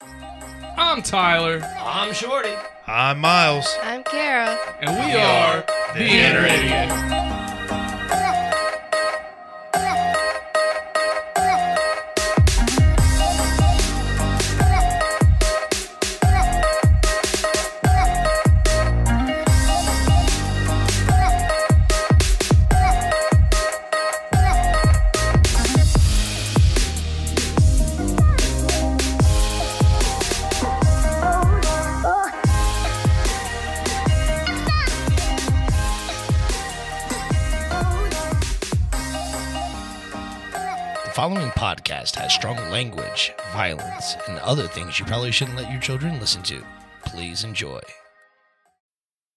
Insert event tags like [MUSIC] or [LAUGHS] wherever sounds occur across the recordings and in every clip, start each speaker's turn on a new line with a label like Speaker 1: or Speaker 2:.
Speaker 1: I'm Tyler,
Speaker 2: I'm Shorty.
Speaker 3: I'm Miles.
Speaker 4: I'm Kara.
Speaker 1: and we are the Inner Idiot.
Speaker 2: The following podcast has strong language, violence, and other things you probably shouldn't let your children listen to. Please enjoy.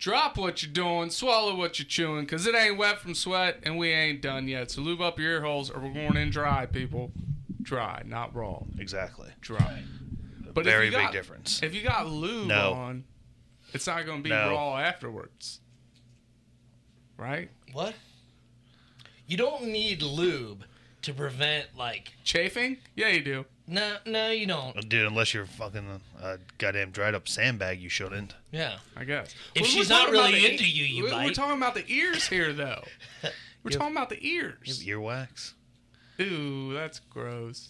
Speaker 1: Drop what you're doing, swallow what you're chewing, because it ain't wet from sweat, and we ain't done yet. So lube up your ear holes, or we're going in dry, people. Dry, not raw.
Speaker 3: Exactly.
Speaker 1: Dry. But if
Speaker 3: Very
Speaker 1: you
Speaker 3: big
Speaker 1: got-
Speaker 3: difference.
Speaker 1: If you got lube
Speaker 3: No.
Speaker 1: on, it's not going to be
Speaker 3: No.
Speaker 1: raw afterwards. Right?
Speaker 2: What? You don't need lube to prevent like
Speaker 1: Chafing? Yeah, you do.
Speaker 2: no no you don't.
Speaker 3: Dude, unless you're fucking uh, goddamn dried up sandbag, you shouldn't.
Speaker 2: Yeah.
Speaker 1: I guess.
Speaker 2: If
Speaker 1: We're-
Speaker 2: she's
Speaker 1: we're
Speaker 2: not
Speaker 1: talking about
Speaker 2: really
Speaker 1: the- e-
Speaker 2: into you, you
Speaker 1: we're, We're
Speaker 2: might.
Speaker 1: talking about the ears here,
Speaker 2: [LAUGHS]
Speaker 1: though. We're talking about the ears.
Speaker 3: Earwax?
Speaker 1: Ooh, that's gross.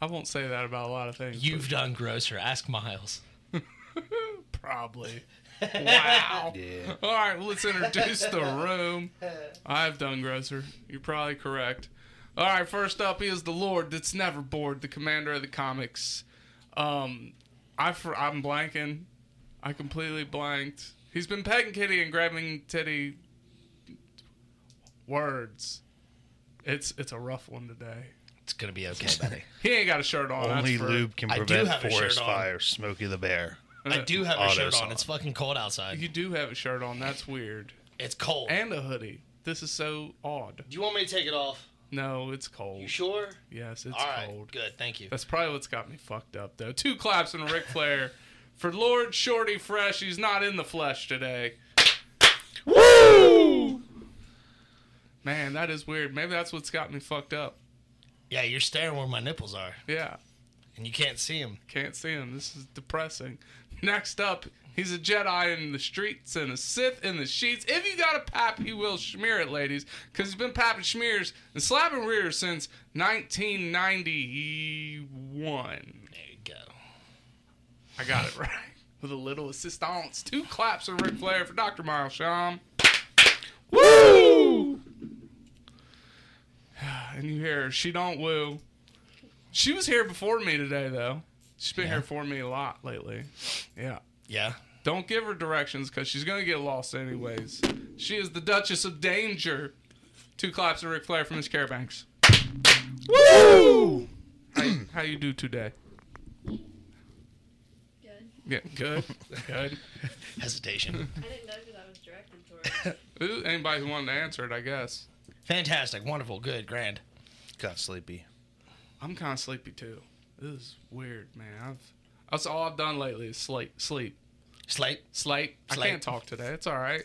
Speaker 1: I won't say that about a lot of things.
Speaker 2: You've done grosser. Ask Miles.
Speaker 1: but probably. Wow.
Speaker 3: Yeah.
Speaker 1: All right, well, let's introduce the room. I've done grosser. You're probably correct. All right, first up is the Lord that's never bored, the commander of the comics. Um, I for, I'm blanking. I completely blanked. He's been pegging Kitty and grabbing Teddy. Words. It's it's a rough one today.
Speaker 2: It's gonna be [LAUGHS] okay, buddy.
Speaker 1: He ain't got a shirt on. that's
Speaker 3: Only
Speaker 1: for-
Speaker 3: lube can
Speaker 2: I do
Speaker 3: prevent
Speaker 2: have a
Speaker 3: forest
Speaker 2: shirt on.
Speaker 3: fire, Smokey the Bear.
Speaker 2: I do have a
Speaker 3: Auto
Speaker 2: shirt
Speaker 3: song.
Speaker 2: on. It's fucking cold outside.
Speaker 1: Oh, You do have a shirt on. That's weird.
Speaker 2: It's cold.
Speaker 1: And a hoodie. This is so odd.
Speaker 2: Do you want me to take it off?
Speaker 1: No, it's cold.
Speaker 2: You sure?
Speaker 1: Yes, it's
Speaker 2: All right.
Speaker 1: cold.
Speaker 2: Good. Thank you.
Speaker 1: That's probably what's got me fucked up, though. Two claps and a Ric Flair for Lord Shorty Fresh. He's not in the flesh today. Woo! Man, that is weird. Maybe that's what's got me fucked up.
Speaker 2: Yeah, you're staring where my nipples are,
Speaker 1: Yeah,
Speaker 2: and you can't see them.
Speaker 1: can't see him. This is depressing. Next up, he's a Jedi in the streets and a Sith in the sheets. If you got a pap, he will smear it, ladies, because he's been papping smears and slapping rears since 1991.
Speaker 2: There you go.
Speaker 1: I got it [LAUGHS] right. With a little assistance. Two claps of Ric Flair for Dr. Miles Shum. Woo! [SIGHS] And you hear her, she don't woo. She was here before me today, though. She's been here for me a lot lately. Yeah.
Speaker 2: Yeah.
Speaker 1: Don't give her directions because she's going to get lost anyways. She is the Duchess of Danger. Two claps of Ric Flair for Miss Carabanks. Woo! how, how you do today?
Speaker 5: Good.
Speaker 1: Yeah, good, [LAUGHS] good. [LAUGHS]
Speaker 2: Hesitation.
Speaker 5: I didn't know who that was directed towards.
Speaker 1: Ooh, anybody who wanted to answer it, I guess.
Speaker 2: Fantastic. Wonderful. Good. Grand.
Speaker 3: Got sleepy.
Speaker 1: I'm kind of sleepy too. This is weird, man. I've that's all I've done lately is sleep, sleep,
Speaker 2: Slate.
Speaker 1: sleep. I
Speaker 2: Sleep.
Speaker 1: can't talk today. It's all right.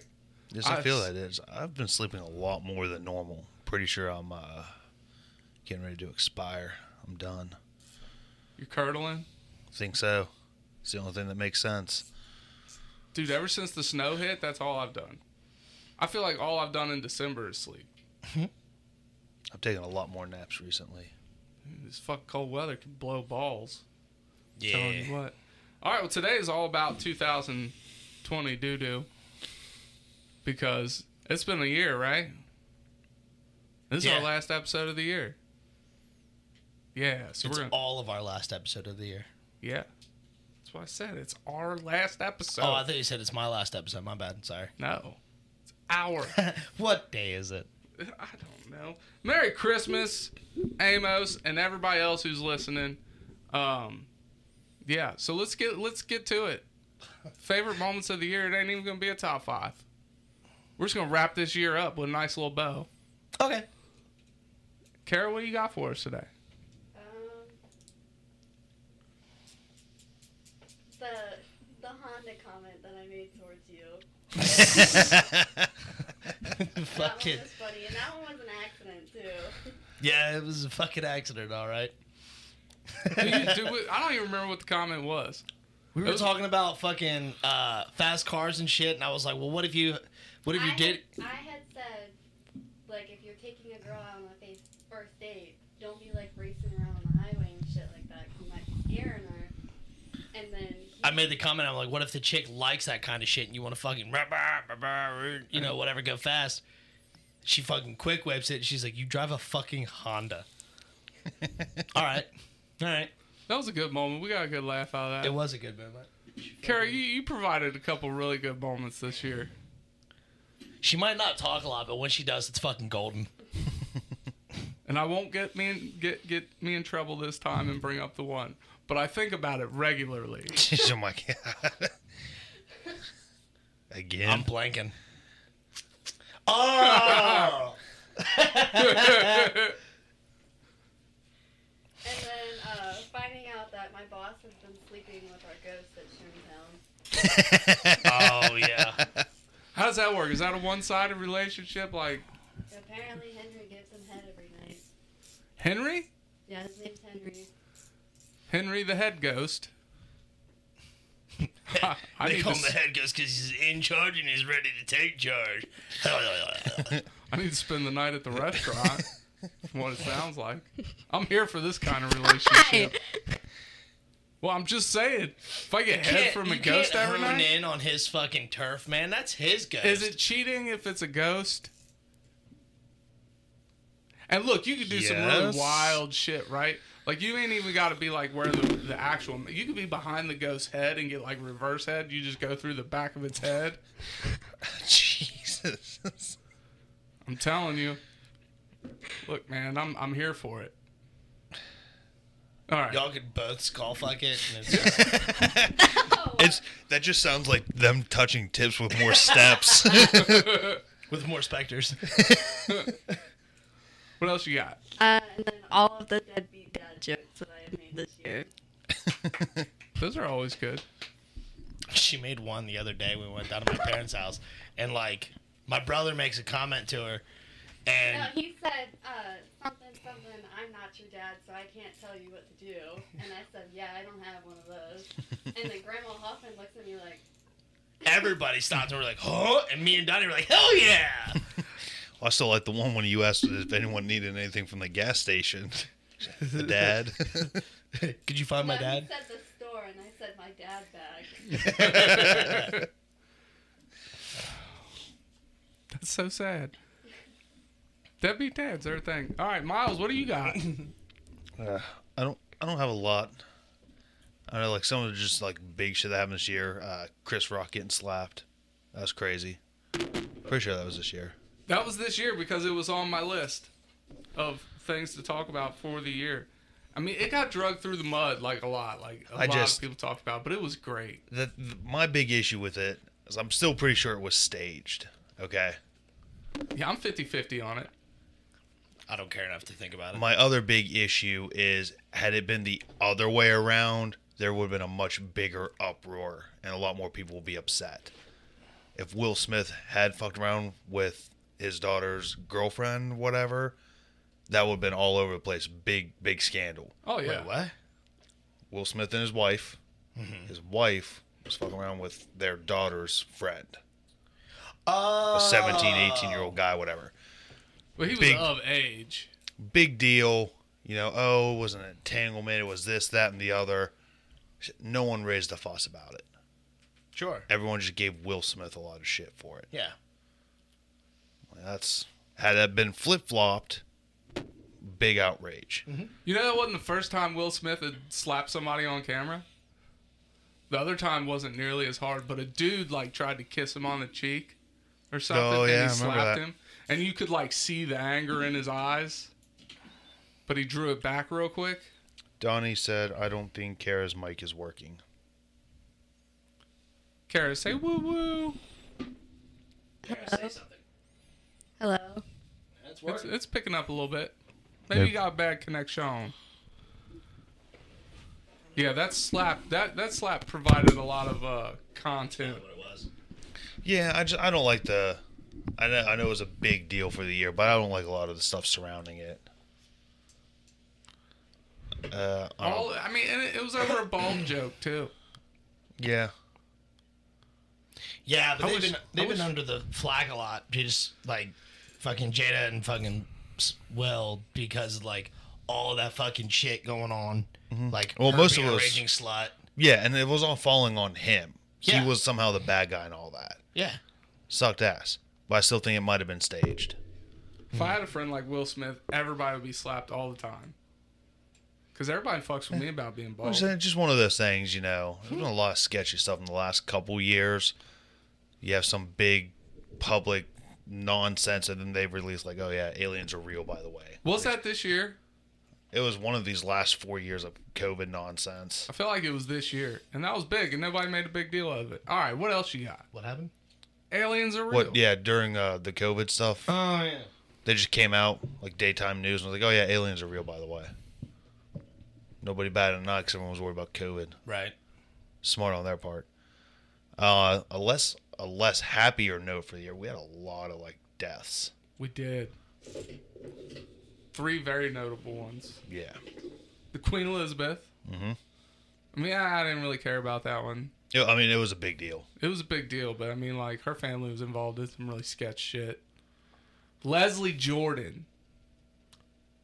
Speaker 3: Yes, I
Speaker 1: I've
Speaker 3: feel
Speaker 1: s-
Speaker 3: that is. I've been sleeping a lot more than normal. Pretty sure I'm uh, getting ready to expire. I'm done.
Speaker 1: You're curdling,
Speaker 3: Think so. It's the only thing that makes sense.
Speaker 1: dude. Ever since the snow hit, that's all I've done. I feel like all I've done in December is sleep.
Speaker 3: I've taken a lot more naps recently. [LAUGHS]
Speaker 1: This fuck cold weather can blow balls. Telling you
Speaker 2: Yeah.
Speaker 1: what. All right. Well, today is all about 2020 doo doo because it's been a year, right? This is
Speaker 2: Yeah.
Speaker 1: our last episode of the year. Yeah. So
Speaker 2: It's
Speaker 1: we're gonna.
Speaker 2: all of our last episode of the year.
Speaker 1: yeah. That's what I said. It's our last episode.
Speaker 2: Oh, I thought you said it's my last episode. My bad. Sorry.
Speaker 1: no. It's our.
Speaker 2: What day is it?
Speaker 1: I don't know. Merry Christmas, Amos, and everybody else who's listening. Um, Yeah. So let's get let's get to it. Favorite moments of the year. It ain't even gonna be a top five. We're just gonna wrap this year up with a nice little bow.
Speaker 3: Okay.
Speaker 1: Kara, what do you got for us today?
Speaker 5: Um, the the Honda comment that I made towards you.
Speaker 4: [LAUGHS]
Speaker 5: That
Speaker 4: fucking
Speaker 5: one was funny, and that one was an accident too.
Speaker 4: yeah, it was a fucking accident. All right.
Speaker 1: Do you- do [LAUGHS] we- I don't even remember what the comment was.
Speaker 4: We were
Speaker 1: was-
Speaker 4: talking about fucking uh, fast cars and shit, and I was like, well, what if you, what [LAUGHS] if
Speaker 5: I
Speaker 4: you
Speaker 5: had-
Speaker 4: did?
Speaker 5: I had said, like, if you're taking a girl out on a face first date, don't be like racing around on the highway and shit like that. 'cause You might be scaring her. And then he-
Speaker 4: I made the comment. I'm like, what if the chick likes that kind of shit and you want to fucking, rah, rah, rah, rah, you know, whatever, go fast. She fucking quick whips it. And she's like, you drive a
Speaker 1: [LAUGHS]
Speaker 4: fucking Honda. all right, all right.
Speaker 1: That was a good moment. We got a good laugh out of that.
Speaker 4: It was a good moment.
Speaker 1: Kara, you, you provided a couple really good moments this year.
Speaker 4: She might not talk a lot, but when she does, it's fucking golden.
Speaker 1: and I won't get me in, get get me in trouble this time and bring up the one. But I think about it regularly.
Speaker 3: oh my god. [LAUGHS] Again.
Speaker 4: I'm blanking. Oh,
Speaker 5: and then uh, finding out that my boss has been sleeping with our ghost at Toontown.
Speaker 4: oh yeah.
Speaker 1: How does that work? Is that a one-sided relationship? Like
Speaker 5: Apparently Henry gives him head every night.
Speaker 1: Henry,
Speaker 5: Yeah, his name's Henry.
Speaker 1: Henry the head
Speaker 4: [LAUGHS]
Speaker 1: ghost. I, I
Speaker 4: they
Speaker 1: need
Speaker 4: call
Speaker 1: to,
Speaker 4: him the
Speaker 1: s-
Speaker 4: head ghost because he's in charge and he's ready to take [LAUGHS] charge.
Speaker 1: I need to spend the night at the restaurant. from
Speaker 4: [LAUGHS]
Speaker 1: what it sounds like. I'm here for this kind of relationship. Well, I'm just saying. If I get head
Speaker 4: Can't-
Speaker 1: from a
Speaker 4: you
Speaker 1: ghost
Speaker 4: can't
Speaker 1: every
Speaker 4: hone
Speaker 1: night,
Speaker 4: in on his fucking turf, man. That's his ghost.
Speaker 1: Is it cheating if it's a ghost? And look, you could do some
Speaker 3: Yes.
Speaker 1: really wild shit, right? Like you ain't even got to be like where the, the actual. You could be behind the ghost's head and get like reverse head. You just go through the back of its head.
Speaker 3: Jesus.
Speaker 1: I'm telling you. Look, man, I'm I'm here for it. All right.
Speaker 4: Y'all could both skull fuck it. And
Speaker 1: [LAUGHS]
Speaker 4: it's,
Speaker 3: It's that just sounds like them touching tips with more steps.
Speaker 4: with more specters. [LAUGHS]
Speaker 1: What else you got?
Speaker 5: Uh, and then all of the deadbeat dad jokes that I made this year.
Speaker 1: Those are always good.
Speaker 4: she made one the other day. We went down to my parents' house, and like my brother makes a comment to her, and
Speaker 5: No, he said uh, something, something. I'm not your dad, so I can't tell you what to do. And I said, Yeah, I don't have one
Speaker 4: [LAUGHS]
Speaker 5: of those. And then Grandma Hoffman looks at me like,
Speaker 4: everybody stopped and we're like, "Huh?" And me and Donnie were like, "Hell yeah!"
Speaker 3: I still like the one when you asked if anyone needed anything from the gas station. The dad.
Speaker 4: Could you find
Speaker 5: no,
Speaker 4: my dad?
Speaker 5: He said the store, and I said my dad bag.
Speaker 1: That's so sad. Deadbeat dads are a thing. All right, Miles, what do you got?
Speaker 3: Uh, I don't. I don't have a lot. I know, like some of the just like big shit that happened this year. Uh, Chris Rock getting slapped. That was crazy. Pretty sure that was this year.
Speaker 1: That was this year because it was on my list of things to talk about for the year. I mean, it got dragged through the mud like a lot, like a
Speaker 3: I
Speaker 1: lot
Speaker 3: just-
Speaker 1: of people talked about, but it was great.
Speaker 3: The, the, my big issue with it is I'm still pretty sure it was staged. Okay.
Speaker 1: Yeah, I'm 50-50 on it.
Speaker 4: I don't care enough to think about it.
Speaker 3: My other big issue is had it been the other way around, there would have been a much bigger uproar and a lot more people would be upset. If Will Smith had fucked around with his daughter's girlfriend, whatever, that would have been all over the place. Big, big scandal.
Speaker 1: Oh yeah.
Speaker 4: what?
Speaker 3: Will Smith and his wife, his wife was fucking around with their daughter's friend,
Speaker 4: Oh,
Speaker 3: a 17, 18 year old guy, whatever.
Speaker 1: But he was
Speaker 3: Big-
Speaker 1: of age.
Speaker 3: big deal. You know, oh, it was an entanglement. It was this, that, and the other. Sh- No one raised a fuss about it.
Speaker 4: sure.
Speaker 3: Everyone just gave Will Smith a lot of shit for it.
Speaker 4: Yeah.
Speaker 3: That's had that been flip flopped, big outrage.
Speaker 1: You know that wasn't the first time Will Smith had slapped somebody on camera. The other time wasn't nearly as hard, but a dude like tried to kiss him on the cheek or something,
Speaker 3: Oh, yeah,
Speaker 1: and
Speaker 3: I
Speaker 1: he
Speaker 3: remember
Speaker 1: slapped
Speaker 3: that.
Speaker 1: him, and you could like see the anger in his eyes. But he drew it back real quick.
Speaker 3: Donnie said, I don't think Kara's mic is working.
Speaker 1: Kara, say woo woo.
Speaker 2: Kara, say something.
Speaker 5: Hello.
Speaker 2: That's
Speaker 1: It's,
Speaker 2: working.
Speaker 1: it's picking up a little bit. Maybe
Speaker 3: Yep.
Speaker 1: you got a bad connection. Yeah, that slap that that slap provided a lot of uh, content.
Speaker 2: What it was.
Speaker 3: Yeah, I just I don't like the. I know, I know it was a big deal for the year, but I don't like a lot of the stuff surrounding it. Uh, I don't-
Speaker 1: All I mean, and it, it was over a bald joke too.
Speaker 3: yeah,
Speaker 2: Yeah, but
Speaker 1: I
Speaker 2: they've
Speaker 1: wish-
Speaker 2: been
Speaker 1: I
Speaker 2: they've
Speaker 1: wish-
Speaker 2: been under the flag a lot. They Just like fucking Jada and fucking S- Will because of, like all that fucking shit going on. Like
Speaker 3: Well,
Speaker 2: her
Speaker 3: most
Speaker 2: being
Speaker 3: of
Speaker 2: a
Speaker 3: us-
Speaker 2: raging slut.
Speaker 3: yeah, and it was all falling on him.
Speaker 2: Yeah.
Speaker 3: He was somehow the bad guy and all that.
Speaker 2: Yeah,
Speaker 3: Sucked ass, but I still think it might have been staged.
Speaker 1: If I had a friend like Will Smith, everybody would be slapped all the time. Cause everybody fucks with me about being
Speaker 3: Well,
Speaker 1: bald.
Speaker 3: It's it's just one of those things, you know. There's been a lot of sketchy stuff in the last couple years. You have some big public nonsense, and then they've released like, "Oh yeah, aliens are real." By the way,
Speaker 1: Was that this year?
Speaker 3: it was one of these last four years of COVID nonsense.
Speaker 1: I feel like it was this year, and that was big, and nobody made a big deal of it. All right, what else you got?
Speaker 2: what happened?
Speaker 1: Aliens are real.
Speaker 3: What? Yeah, during uh, the COVID stuff,
Speaker 2: Oh yeah.
Speaker 3: they just came out like daytime news and was like, "Oh yeah, aliens are real." By the way, nobody batted an eye 'cause everyone was worried about COVID.
Speaker 2: Right.
Speaker 3: smart on their part. Uh, a less a less happier note for the year. We had a lot of like deaths.
Speaker 1: We did. Three very notable ones.
Speaker 3: Yeah,
Speaker 1: The Queen Elizabeth. Mm-hmm. I mean, I I didn't really care about that one.
Speaker 3: It- I mean it was a big deal.
Speaker 1: It was a big deal, but I mean, like, her family was involved in some really sketch shit. Leslie Jordan.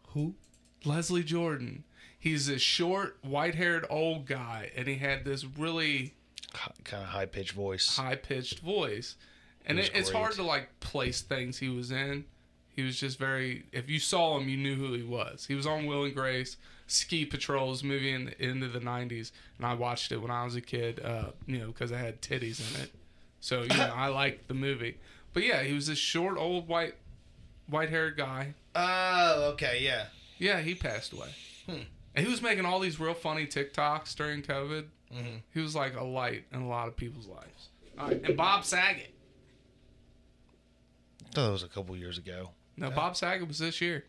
Speaker 2: Who?
Speaker 1: Leslie Jordan. He's this short, white haired old guy, and he had this really
Speaker 3: Kind of high pitched voice.
Speaker 1: high pitched voice. And
Speaker 3: He
Speaker 1: it,
Speaker 3: was
Speaker 1: it's hard
Speaker 3: great.
Speaker 1: to, like, place things he was in. He was just very, if you saw him, you knew who he was. He was on Will and Grace, Ski Patrol's movie in the end of the 90s, and I watched it when I was a kid, uh, you know, because I had titties in it. So, you know, I liked the movie. But yeah, he was this short, old, white, white haired guy.
Speaker 2: Oh, okay, yeah.
Speaker 1: Yeah, he passed away.
Speaker 3: Hmm.
Speaker 1: And he was making all these real funny TikToks during COVID.
Speaker 3: Mm-hmm.
Speaker 1: He was like a light in a lot of people's lives. All right, and Bob Saget.
Speaker 3: I thought that was a couple years ago.
Speaker 1: No, Bob Saget was this year.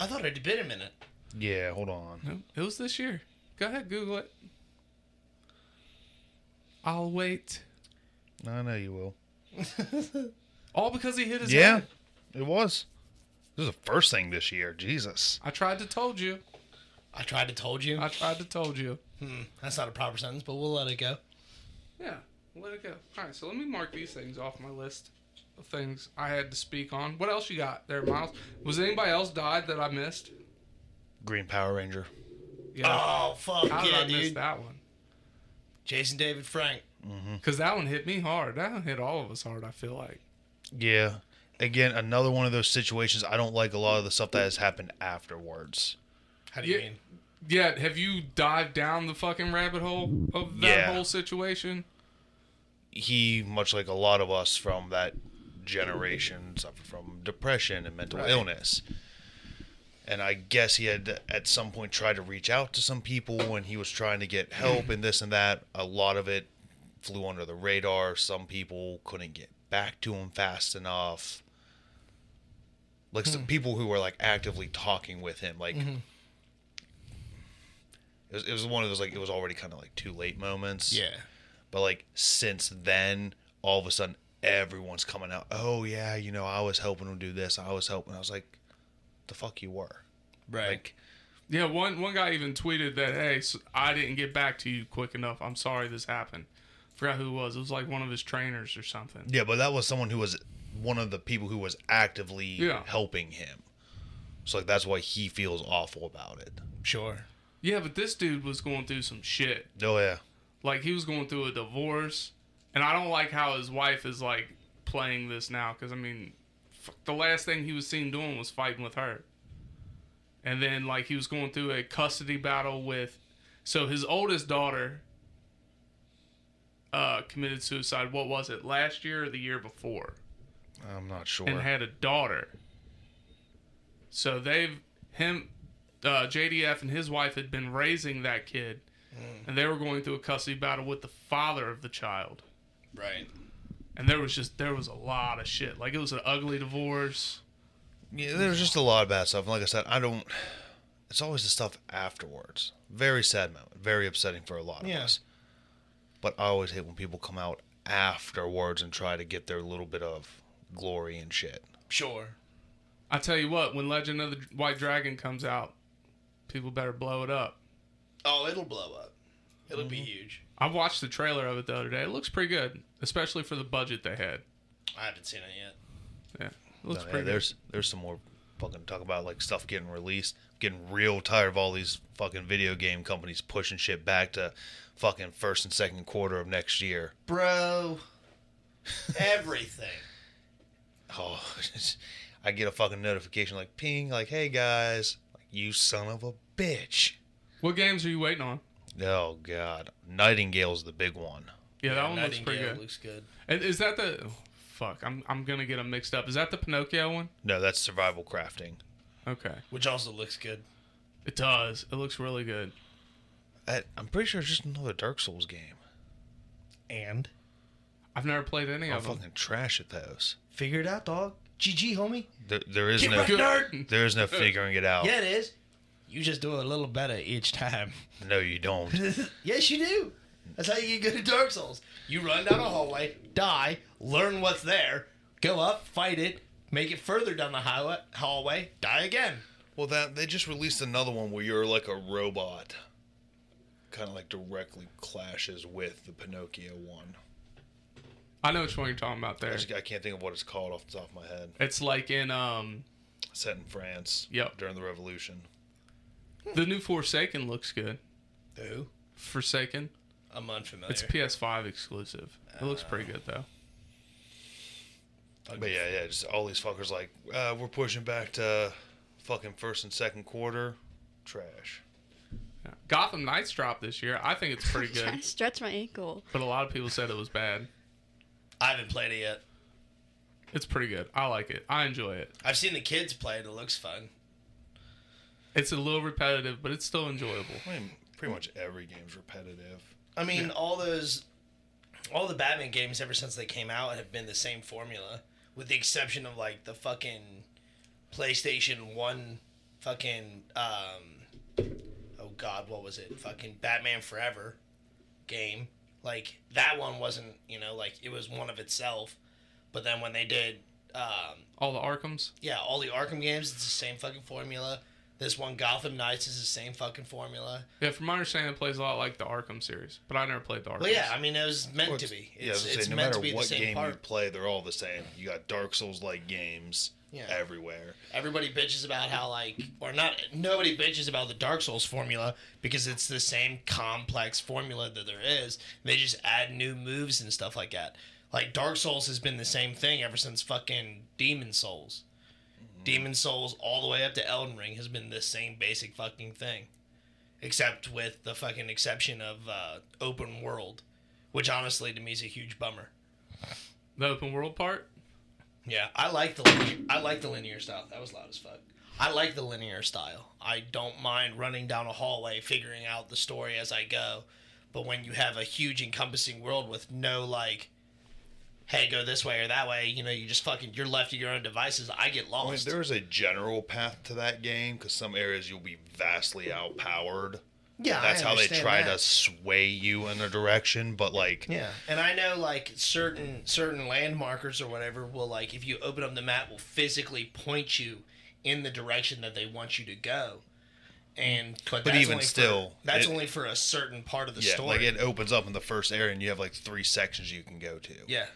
Speaker 2: I thought it'd been a minute.
Speaker 3: Yeah, hold on.
Speaker 1: No, it was this year. Go ahead, Google it. I'll wait.
Speaker 3: I know you will.
Speaker 1: All because he hit his
Speaker 3: Yeah,
Speaker 1: head.
Speaker 3: it was. This is the first thing this year. Jesus.
Speaker 1: I tried to told you.
Speaker 2: I tried to told you.
Speaker 1: I tried to told you.
Speaker 2: That's not a proper sentence, but we'll let it go.
Speaker 1: Yeah, let it go. All right, so let me mark these things off my list of things I had to speak on. What else you got there, Miles? Was anybody else died that I missed?
Speaker 3: Green Power Ranger.
Speaker 1: Yeah.
Speaker 2: Oh fuck
Speaker 1: How did
Speaker 2: yeah,
Speaker 1: I miss
Speaker 2: dude!
Speaker 1: that one?
Speaker 2: Jason David Frank.
Speaker 1: Because that one hit me hard. That one hit all of us hard, I feel like.
Speaker 3: Yeah. Again, another one of those situations. I don't like a lot of the stuff that has happened afterwards.
Speaker 2: How do you
Speaker 1: Yeah.
Speaker 2: mean?
Speaker 1: Yeah, have you dived down the fucking rabbit hole of that
Speaker 3: Yeah.
Speaker 1: whole situation?
Speaker 3: he, much like a lot of us from that generation, suffered from depression and mental
Speaker 1: Right.
Speaker 3: illness. And I guess he had at some point tried to reach out to some people when he was trying to get help and this and that. A lot of it flew under the radar. Some people couldn't get back to him fast enough. Like some people who were like actively talking with him, like it, was, it was one of those like it was already kind of like too late moments. But like since then, all of a sudden, everyone's coming out. Oh yeah, you know, I was helping him do this. I was helping. I was like, the fuck you were.
Speaker 2: right.
Speaker 3: Like,
Speaker 1: Yeah, one, one guy even tweeted that, hey, s I didn't get back to you quick enough. I'm sorry this happened. Forgot who it was. It was like one of his trainers or something.
Speaker 3: yeah, but that was someone who was one of the people who was actively
Speaker 1: Yeah.
Speaker 3: helping him. So like that's why he feels awful about it.
Speaker 2: Sure.
Speaker 1: Yeah, but this dude was going through some shit.
Speaker 3: Oh yeah,
Speaker 1: Like, he was going through a divorce. And I don't like how his wife is, like, playing this now. Because, I mean, f- the last thing he was seen doing was fighting with her. And then, like, he was going through a custody battle with. So his oldest daughter uh, committed suicide, what was it, last year or the year before?
Speaker 3: I'm not sure.
Speaker 1: and had a daughter. So they've him uh, JDF and his wife had been raising that kid, and they were going through a custody battle with the father of the child.
Speaker 4: Right.
Speaker 1: And there was just there was a lot of shit. Like it was an ugly divorce.
Speaker 3: Yeah, there's just a lot of bad stuff. And like I said, I don't. It's always the stuff afterwards. Very sad moment. Very upsetting for a lot of
Speaker 2: Yeah.
Speaker 3: us. But I always hate when people come out afterwards and try to get their little bit of glory and shit.
Speaker 4: Sure.
Speaker 1: I tell you what, when Legend of the White Dragon comes out, people better blow it up.
Speaker 4: Oh, it'll blow up. It'll be
Speaker 2: Mm-hmm.
Speaker 4: huge.
Speaker 1: I watched the trailer of it the other day. It looks pretty good, especially for the budget they had.
Speaker 4: I haven't seen it yet.
Speaker 1: Yeah, it looks
Speaker 3: Yeah,
Speaker 1: pretty. good.
Speaker 3: there's there's some more fucking talk about like stuff getting released. Getting real tired of all these fucking video game companies pushing shit back to fucking first and second quarter of next year.
Speaker 4: Bro. Everything.
Speaker 3: Oh, [LAUGHS] I get a fucking notification like ping, like hey guys, like you son of a bitch.
Speaker 1: What games are you waiting on?
Speaker 3: Oh God, Nightingale's the big one.
Speaker 1: Yeah, that one looks
Speaker 4: Nightingale
Speaker 1: pretty good.
Speaker 4: looks good.
Speaker 1: And Is that the? oh, fuck, I'm I'm gonna get them mixed up. Is that the Pinocchio one?
Speaker 3: No, that's survival crafting.
Speaker 1: Okay,
Speaker 4: Which also looks good.
Speaker 1: it does. It looks really good.
Speaker 3: That, I'm pretty sure it's just another Dark Souls game.
Speaker 2: And
Speaker 1: I've never played any
Speaker 3: I'm
Speaker 1: of them.
Speaker 3: fucking trash at those.
Speaker 2: figure it out, dog. GG, homie.
Speaker 3: There, there is
Speaker 2: Get
Speaker 3: no,
Speaker 2: right, nerd.
Speaker 3: there is no figuring it out.
Speaker 2: Yeah, it is. You just do a little better each time.
Speaker 3: No, you don't.
Speaker 2: [LAUGHS] yes, you do. That's how you get good at Dark Souls. You run down a hallway, die, learn what's there, go up, fight it, make it further down the highway, hallway, die again.
Speaker 3: well, that they just released another one where you're like a robot, kind of like directly clashes with the Pinocchio one.
Speaker 1: I know which one you're talking about.
Speaker 3: I,
Speaker 1: There,
Speaker 3: just, I can't think of what it's called off the top of my head.
Speaker 1: it's like in um
Speaker 3: Set in France.
Speaker 1: Yep.
Speaker 3: During the Revolution.
Speaker 1: the new Forsaken looks good.
Speaker 4: Who?
Speaker 1: Forsaken.
Speaker 4: I'm unfamiliar.
Speaker 1: It's PS5 exclusive. It looks pretty good though.
Speaker 3: But yeah, yeah, just all these fuckers like uh, we're pushing back to fucking first and second quarter, trash.
Speaker 1: Yeah. Gotham Knights dropped this year. I think it's pretty
Speaker 5: Trying
Speaker 1: good,
Speaker 5: to stretch my ankle.
Speaker 1: but a lot of people said it was bad.
Speaker 4: I haven't played it yet.
Speaker 1: It's pretty good. I like it. I enjoy it.
Speaker 4: I've seen the kids play it. It looks fun.
Speaker 1: It's a little repetitive, but it's still enjoyable.
Speaker 3: I mean, pretty much every game's repetitive.
Speaker 4: I mean, all those, all the Batman games ever since they came out have been the same formula, with the exception of like the fucking PlayStation One, fucking um, oh god, what was it? Fucking Batman Forever game. Like that one wasn't, you know, like it was one of itself. But then when they did, um,
Speaker 1: All the Arkhams.
Speaker 4: yeah, all the Arkham games, it's the same fucking formula. This one, Gotham Knights, is the same fucking formula.
Speaker 1: Yeah, from my understanding, it plays a lot like the Arkham series, but I never played the Arkham.
Speaker 4: Well, yeah, I mean, it was meant
Speaker 3: Well,
Speaker 4: to
Speaker 3: it's-
Speaker 4: be.
Speaker 3: yeah, I was
Speaker 4: It's,
Speaker 3: gonna say,
Speaker 4: it's
Speaker 3: no
Speaker 4: meant
Speaker 3: matter
Speaker 4: to be the
Speaker 3: what
Speaker 4: same
Speaker 3: game you
Speaker 4: part.
Speaker 3: play, they're all the same. You got Dark Souls like games
Speaker 4: Yeah.
Speaker 3: everywhere.
Speaker 4: Everybody bitches about how like, or not. Nobody bitches about the Dark Souls formula because it's the same complex formula that there is. They just add new moves and stuff like that. Like Dark Souls has been the same thing ever since fucking Demon Souls.
Speaker 3: Mm-hmm.
Speaker 4: Demon Souls all the way up to Elden Ring has been the same basic fucking thing, except with the fucking exception of uh, open world, which honestly to me is a huge bummer.
Speaker 1: The open world part.
Speaker 4: Yeah, I like the linear, I like the linear style. That was loud as fuck. I like the linear style. I don't mind running down a hallway, figuring out the story as I go. But when you have a huge encompassing world with no like, hey, go this way or that way, you know, you just fucking you're left to your own devices. I get
Speaker 3: I mean,
Speaker 4: lost.
Speaker 3: there is a general path to that game because some areas you'll be vastly outpowered.
Speaker 4: yeah,
Speaker 3: That's
Speaker 4: I
Speaker 3: how they
Speaker 4: understand
Speaker 3: try to
Speaker 4: that.
Speaker 3: sway you in a direction, but like,
Speaker 4: Yeah, and I know like certain certain landmarkers or whatever will like if you open up the map will physically point you in the direction that they want you to go. And but, that's
Speaker 3: even
Speaker 4: only for-
Speaker 3: still,
Speaker 4: that's
Speaker 3: it-
Speaker 4: only for a certain part of the
Speaker 3: yeah,
Speaker 4: story.
Speaker 3: like it opens up in the first area and you have like three sections you can go to.
Speaker 4: yeah,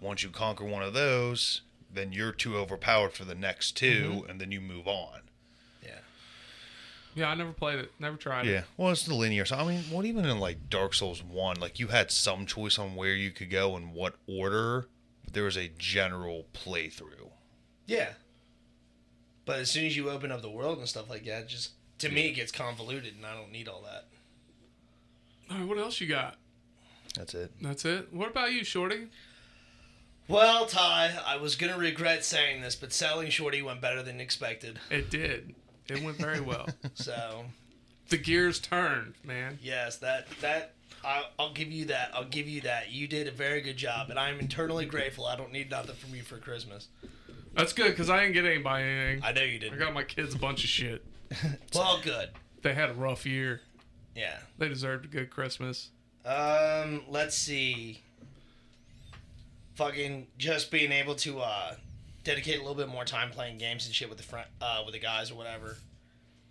Speaker 3: once you conquer one of those, then you're too overpowered for the next 2
Speaker 4: Mm-hmm.
Speaker 3: and then you move on.
Speaker 4: yeah.
Speaker 1: Yeah, I never played it. Never tried it.
Speaker 3: Well, it's the linear. So, I mean, what even in like Dark Souls 1, like you had some choice on where you could go and what order, but there was a general playthrough.
Speaker 4: Yeah. But as soon as you open up the world and stuff like that, just to me it gets convoluted, and I don't need all that.
Speaker 1: All right, what else you got?
Speaker 3: That's it.
Speaker 1: That's it. What about you, Shorty?
Speaker 4: Well, Ty, I was gonna regret saying this, but selling Shorty went better than expected.
Speaker 1: It did. They went very
Speaker 4: [LAUGHS]
Speaker 1: well.
Speaker 4: So
Speaker 1: the gears turned, man.
Speaker 4: yes, that that I'll, I'll give you that. I'll give you that. You did a very good job, and I'm internally grateful. I don't need nothing from you for Christmas.
Speaker 1: That's good because I didn't get anybody anything.
Speaker 4: I know you
Speaker 1: I
Speaker 4: didn't.
Speaker 1: got my kids a bunch of shit.
Speaker 4: Well, good.
Speaker 1: They had a rough year.
Speaker 4: Yeah.
Speaker 1: They deserved a good Christmas.
Speaker 4: Um, let's see. Fucking just being able to uh, dedicate a little bit more time playing games and shit with the friend, uh, with the guys or whatever.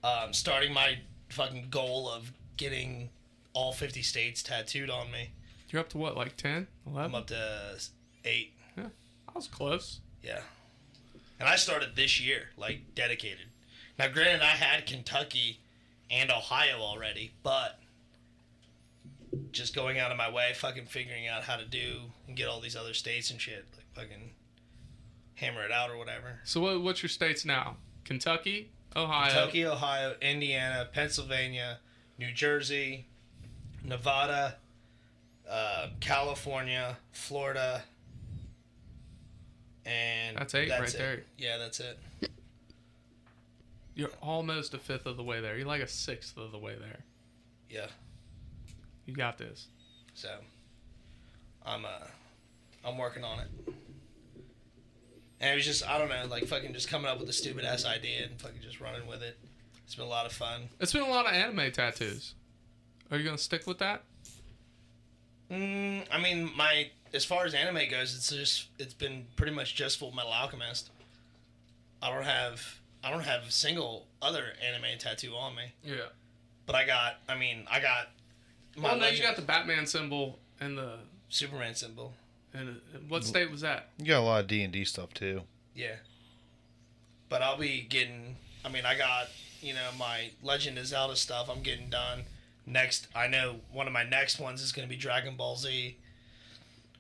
Speaker 4: Um, starting my fucking goal of getting all 50 states tattooed on me.
Speaker 1: You're up to what, like 10, 11?
Speaker 4: I'm up to eight.
Speaker 1: Yeah, I was close.
Speaker 4: Yeah. And I started this year, like dedicated. Now, granted, I had Kentucky and Ohio already, but just going out of my way, fucking figuring out how to do and get all these other states and shit, like fucking hammer it out or whatever.
Speaker 1: So what, what's your states now? Kentucky, Ohio.
Speaker 4: Kentucky, Ohio, Indiana, Pennsylvania, New Jersey, Nevada, uh, California, Florida, and
Speaker 1: That's eight right
Speaker 4: it.
Speaker 1: there.
Speaker 4: Yeah, that's it.
Speaker 1: You're almost a fifth of the way there. You're like a sixth of the way there.
Speaker 4: Yeah.
Speaker 1: You got this.
Speaker 4: So I'm uh I'm working on it. And it was just I don't know, like fucking just coming up with a stupid ass idea and fucking just running with it. It's been a lot of fun.
Speaker 1: It's been a lot of anime tattoos. Are you gonna stick with that?
Speaker 4: Mm, I mean, my as far as anime goes, it's just it's been pretty much just Full Metal Alchemist. I don't have I don't have a single other anime tattoo on me,
Speaker 1: Yeah.
Speaker 4: but I got I mean I got my
Speaker 1: Well, Oh, no, you
Speaker 4: legend-
Speaker 1: got the Batman symbol and the
Speaker 4: Superman symbol.
Speaker 1: and and what state was that?
Speaker 3: You got a lot of D and D stuff too.
Speaker 4: Yeah. But I'll be getting. I mean, I got you know my Legend of Zelda stuff. I'm getting done. Next, I know one of my next ones is going to be Dragon Ball Z.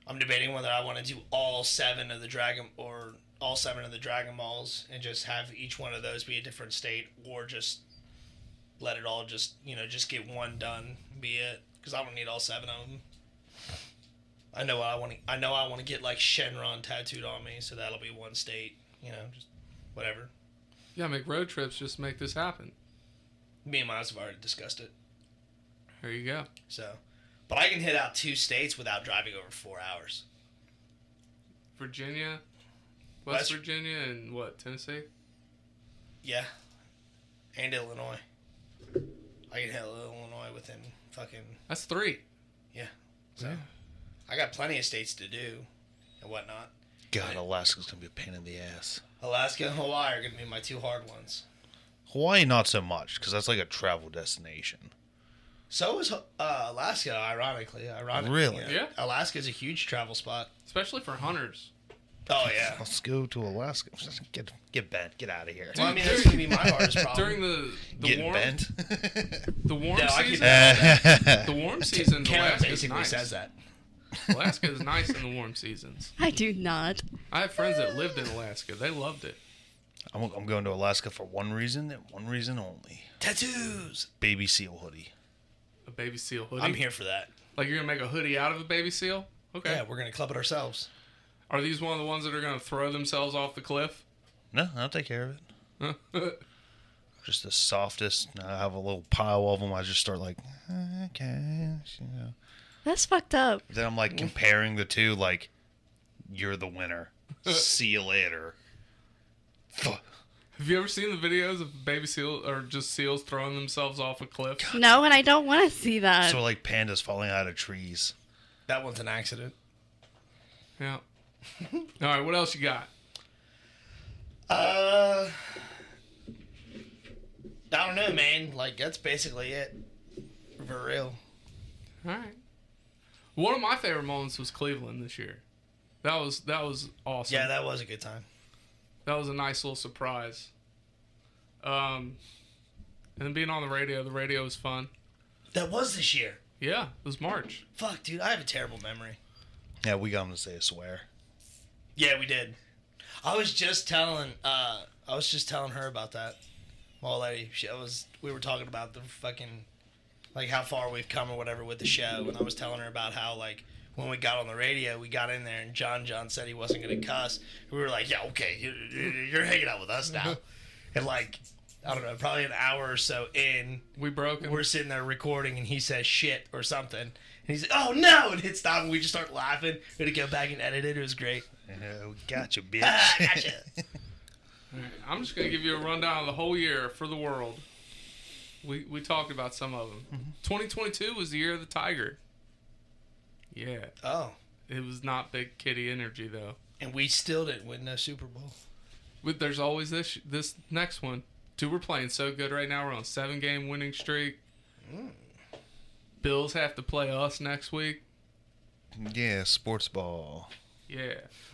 Speaker 4: I'm debating whether I want to do all seven of the Dragon or all seven of the Dragon Balls and just have each one of those be a different state, or just let it all just you know just get one done, be it because I don't need all seven of them. I know I want to. I know I want to get like Shenron tattooed on me, so that'll be one state. You know, just whatever.
Speaker 1: Yeah, make road trips just to make this happen.
Speaker 4: Me and Miles have already discussed it.
Speaker 1: There you go.
Speaker 4: So, but I can hit out two states without driving over four hours.
Speaker 1: Virginia, West
Speaker 4: West-
Speaker 1: Virginia, and what Tennessee?
Speaker 4: Yeah, and Illinois. I can hit Illinois within fucking
Speaker 1: That's three.
Speaker 4: yeah. So, I got plenty of states to do and whatnot.
Speaker 3: God, Alaska's gonna be a pain in the ass.
Speaker 4: Alaska and Hawaii are gonna be my two hard ones.
Speaker 3: Hawaii, not so much, because that's like a travel destination.
Speaker 4: So is uh, Alaska, ironically. Ironically,
Speaker 3: Really?
Speaker 1: Yeah.
Speaker 4: Alaska's a huge travel spot.
Speaker 1: Especially for hunters.
Speaker 4: Oh yeah.
Speaker 3: Let's go to Alaska. [LAUGHS] Get get bent. Get out of [LAUGHS] here.
Speaker 4: Well, I mean, that's gonna be my [LAUGHS] hardest problem.
Speaker 1: During the the
Speaker 3: Getting
Speaker 1: warm
Speaker 3: bent.
Speaker 4: [LAUGHS]
Speaker 3: [LAUGHS]
Speaker 1: the warm
Speaker 4: Um, No, I
Speaker 1: season, the
Speaker 3: I
Speaker 4: [LAUGHS]
Speaker 1: warm season, in
Speaker 4: Karen
Speaker 1: Alaska is
Speaker 4: basically
Speaker 1: nice.
Speaker 4: says that.
Speaker 1: Alaska
Speaker 4: [LAUGHS]
Speaker 1: is nice in the warm seasons.
Speaker 6: I do not.
Speaker 1: I have friends that lived in Alaska. They loved it.
Speaker 3: am I'm going to Alaska for one reason and one reason only.
Speaker 4: Tattoos.
Speaker 3: Baby seal hoodie.
Speaker 1: A baby seal hoodie.
Speaker 4: I'm here for that.
Speaker 1: Like you're gonna make a hoodie out of a baby seal? Okay.
Speaker 4: Yeah, we're gonna club it ourselves.
Speaker 1: Are these one of the ones that are gonna throw themselves off the cliff?
Speaker 3: No, I'll take care of it.
Speaker 4: [LAUGHS]
Speaker 3: Just the softest. and I have a little pile of them. I just start like, okay, you know.
Speaker 6: That's fucked up.
Speaker 3: Then I'm like comparing the two. Like, you're the
Speaker 4: [LAUGHS]
Speaker 3: winner. See you later. Fuck.
Speaker 1: Have you ever seen the videos of baby seal or just seals throwing themselves off a cliff?
Speaker 6: No, and I don't want to see that.
Speaker 3: So like pandas falling out of trees.
Speaker 4: That one's an accident.
Speaker 1: Yeah. [LAUGHS] All right, what else you got?
Speaker 4: Uh, I don't know, man. Like that's basically it. For real.
Speaker 1: All right. One of my favorite moments was Cleveland this year. That was that was awesome.
Speaker 4: Yeah, that was a good time.
Speaker 1: that was a nice little surprise. Um, and then being on the radio, the radio was fun.
Speaker 4: That was this year.
Speaker 1: Yeah, it was March.
Speaker 4: Fuck, dude, I have a terrible memory.
Speaker 3: Yeah, we got them to say a swear. [LAUGHS]
Speaker 4: Yeah, we did. I was just telling, uh, I was just telling her about that. My old lady, she, I was, we were talking about the fucking, like how far we've come or whatever with the show, and I was telling her about how like when we got on the radio, we got in there and John John said he wasn't gonna cuss. We were like, yeah, okay, you're, you're hanging out with us now, and like I don't know, probably an hour or so in.
Speaker 1: We broke him.
Speaker 4: We're sitting there recording, and he says shit or something, and he's like, "Oh no!" and hit stop, and we just start laughing. We had to go back and edit it. It was great.
Speaker 3: Oh, gotcha,
Speaker 4: Ah,
Speaker 3: bitch.
Speaker 4: gotcha.
Speaker 1: I'm just gonna give you a rundown of the whole year for the world. We we talked about some of them. 2022 was the year of the tiger. Yeah,
Speaker 4: oh,
Speaker 1: it was not big kitty energy though.
Speaker 4: and we still didn't win the Super Bowl.
Speaker 1: But there's always this this next one. Dude, we're playing so good right now. We're on seven game winning streak. Bills have to play us next week.
Speaker 3: [LAUGHS] yeah, sports ball.
Speaker 1: Yeah.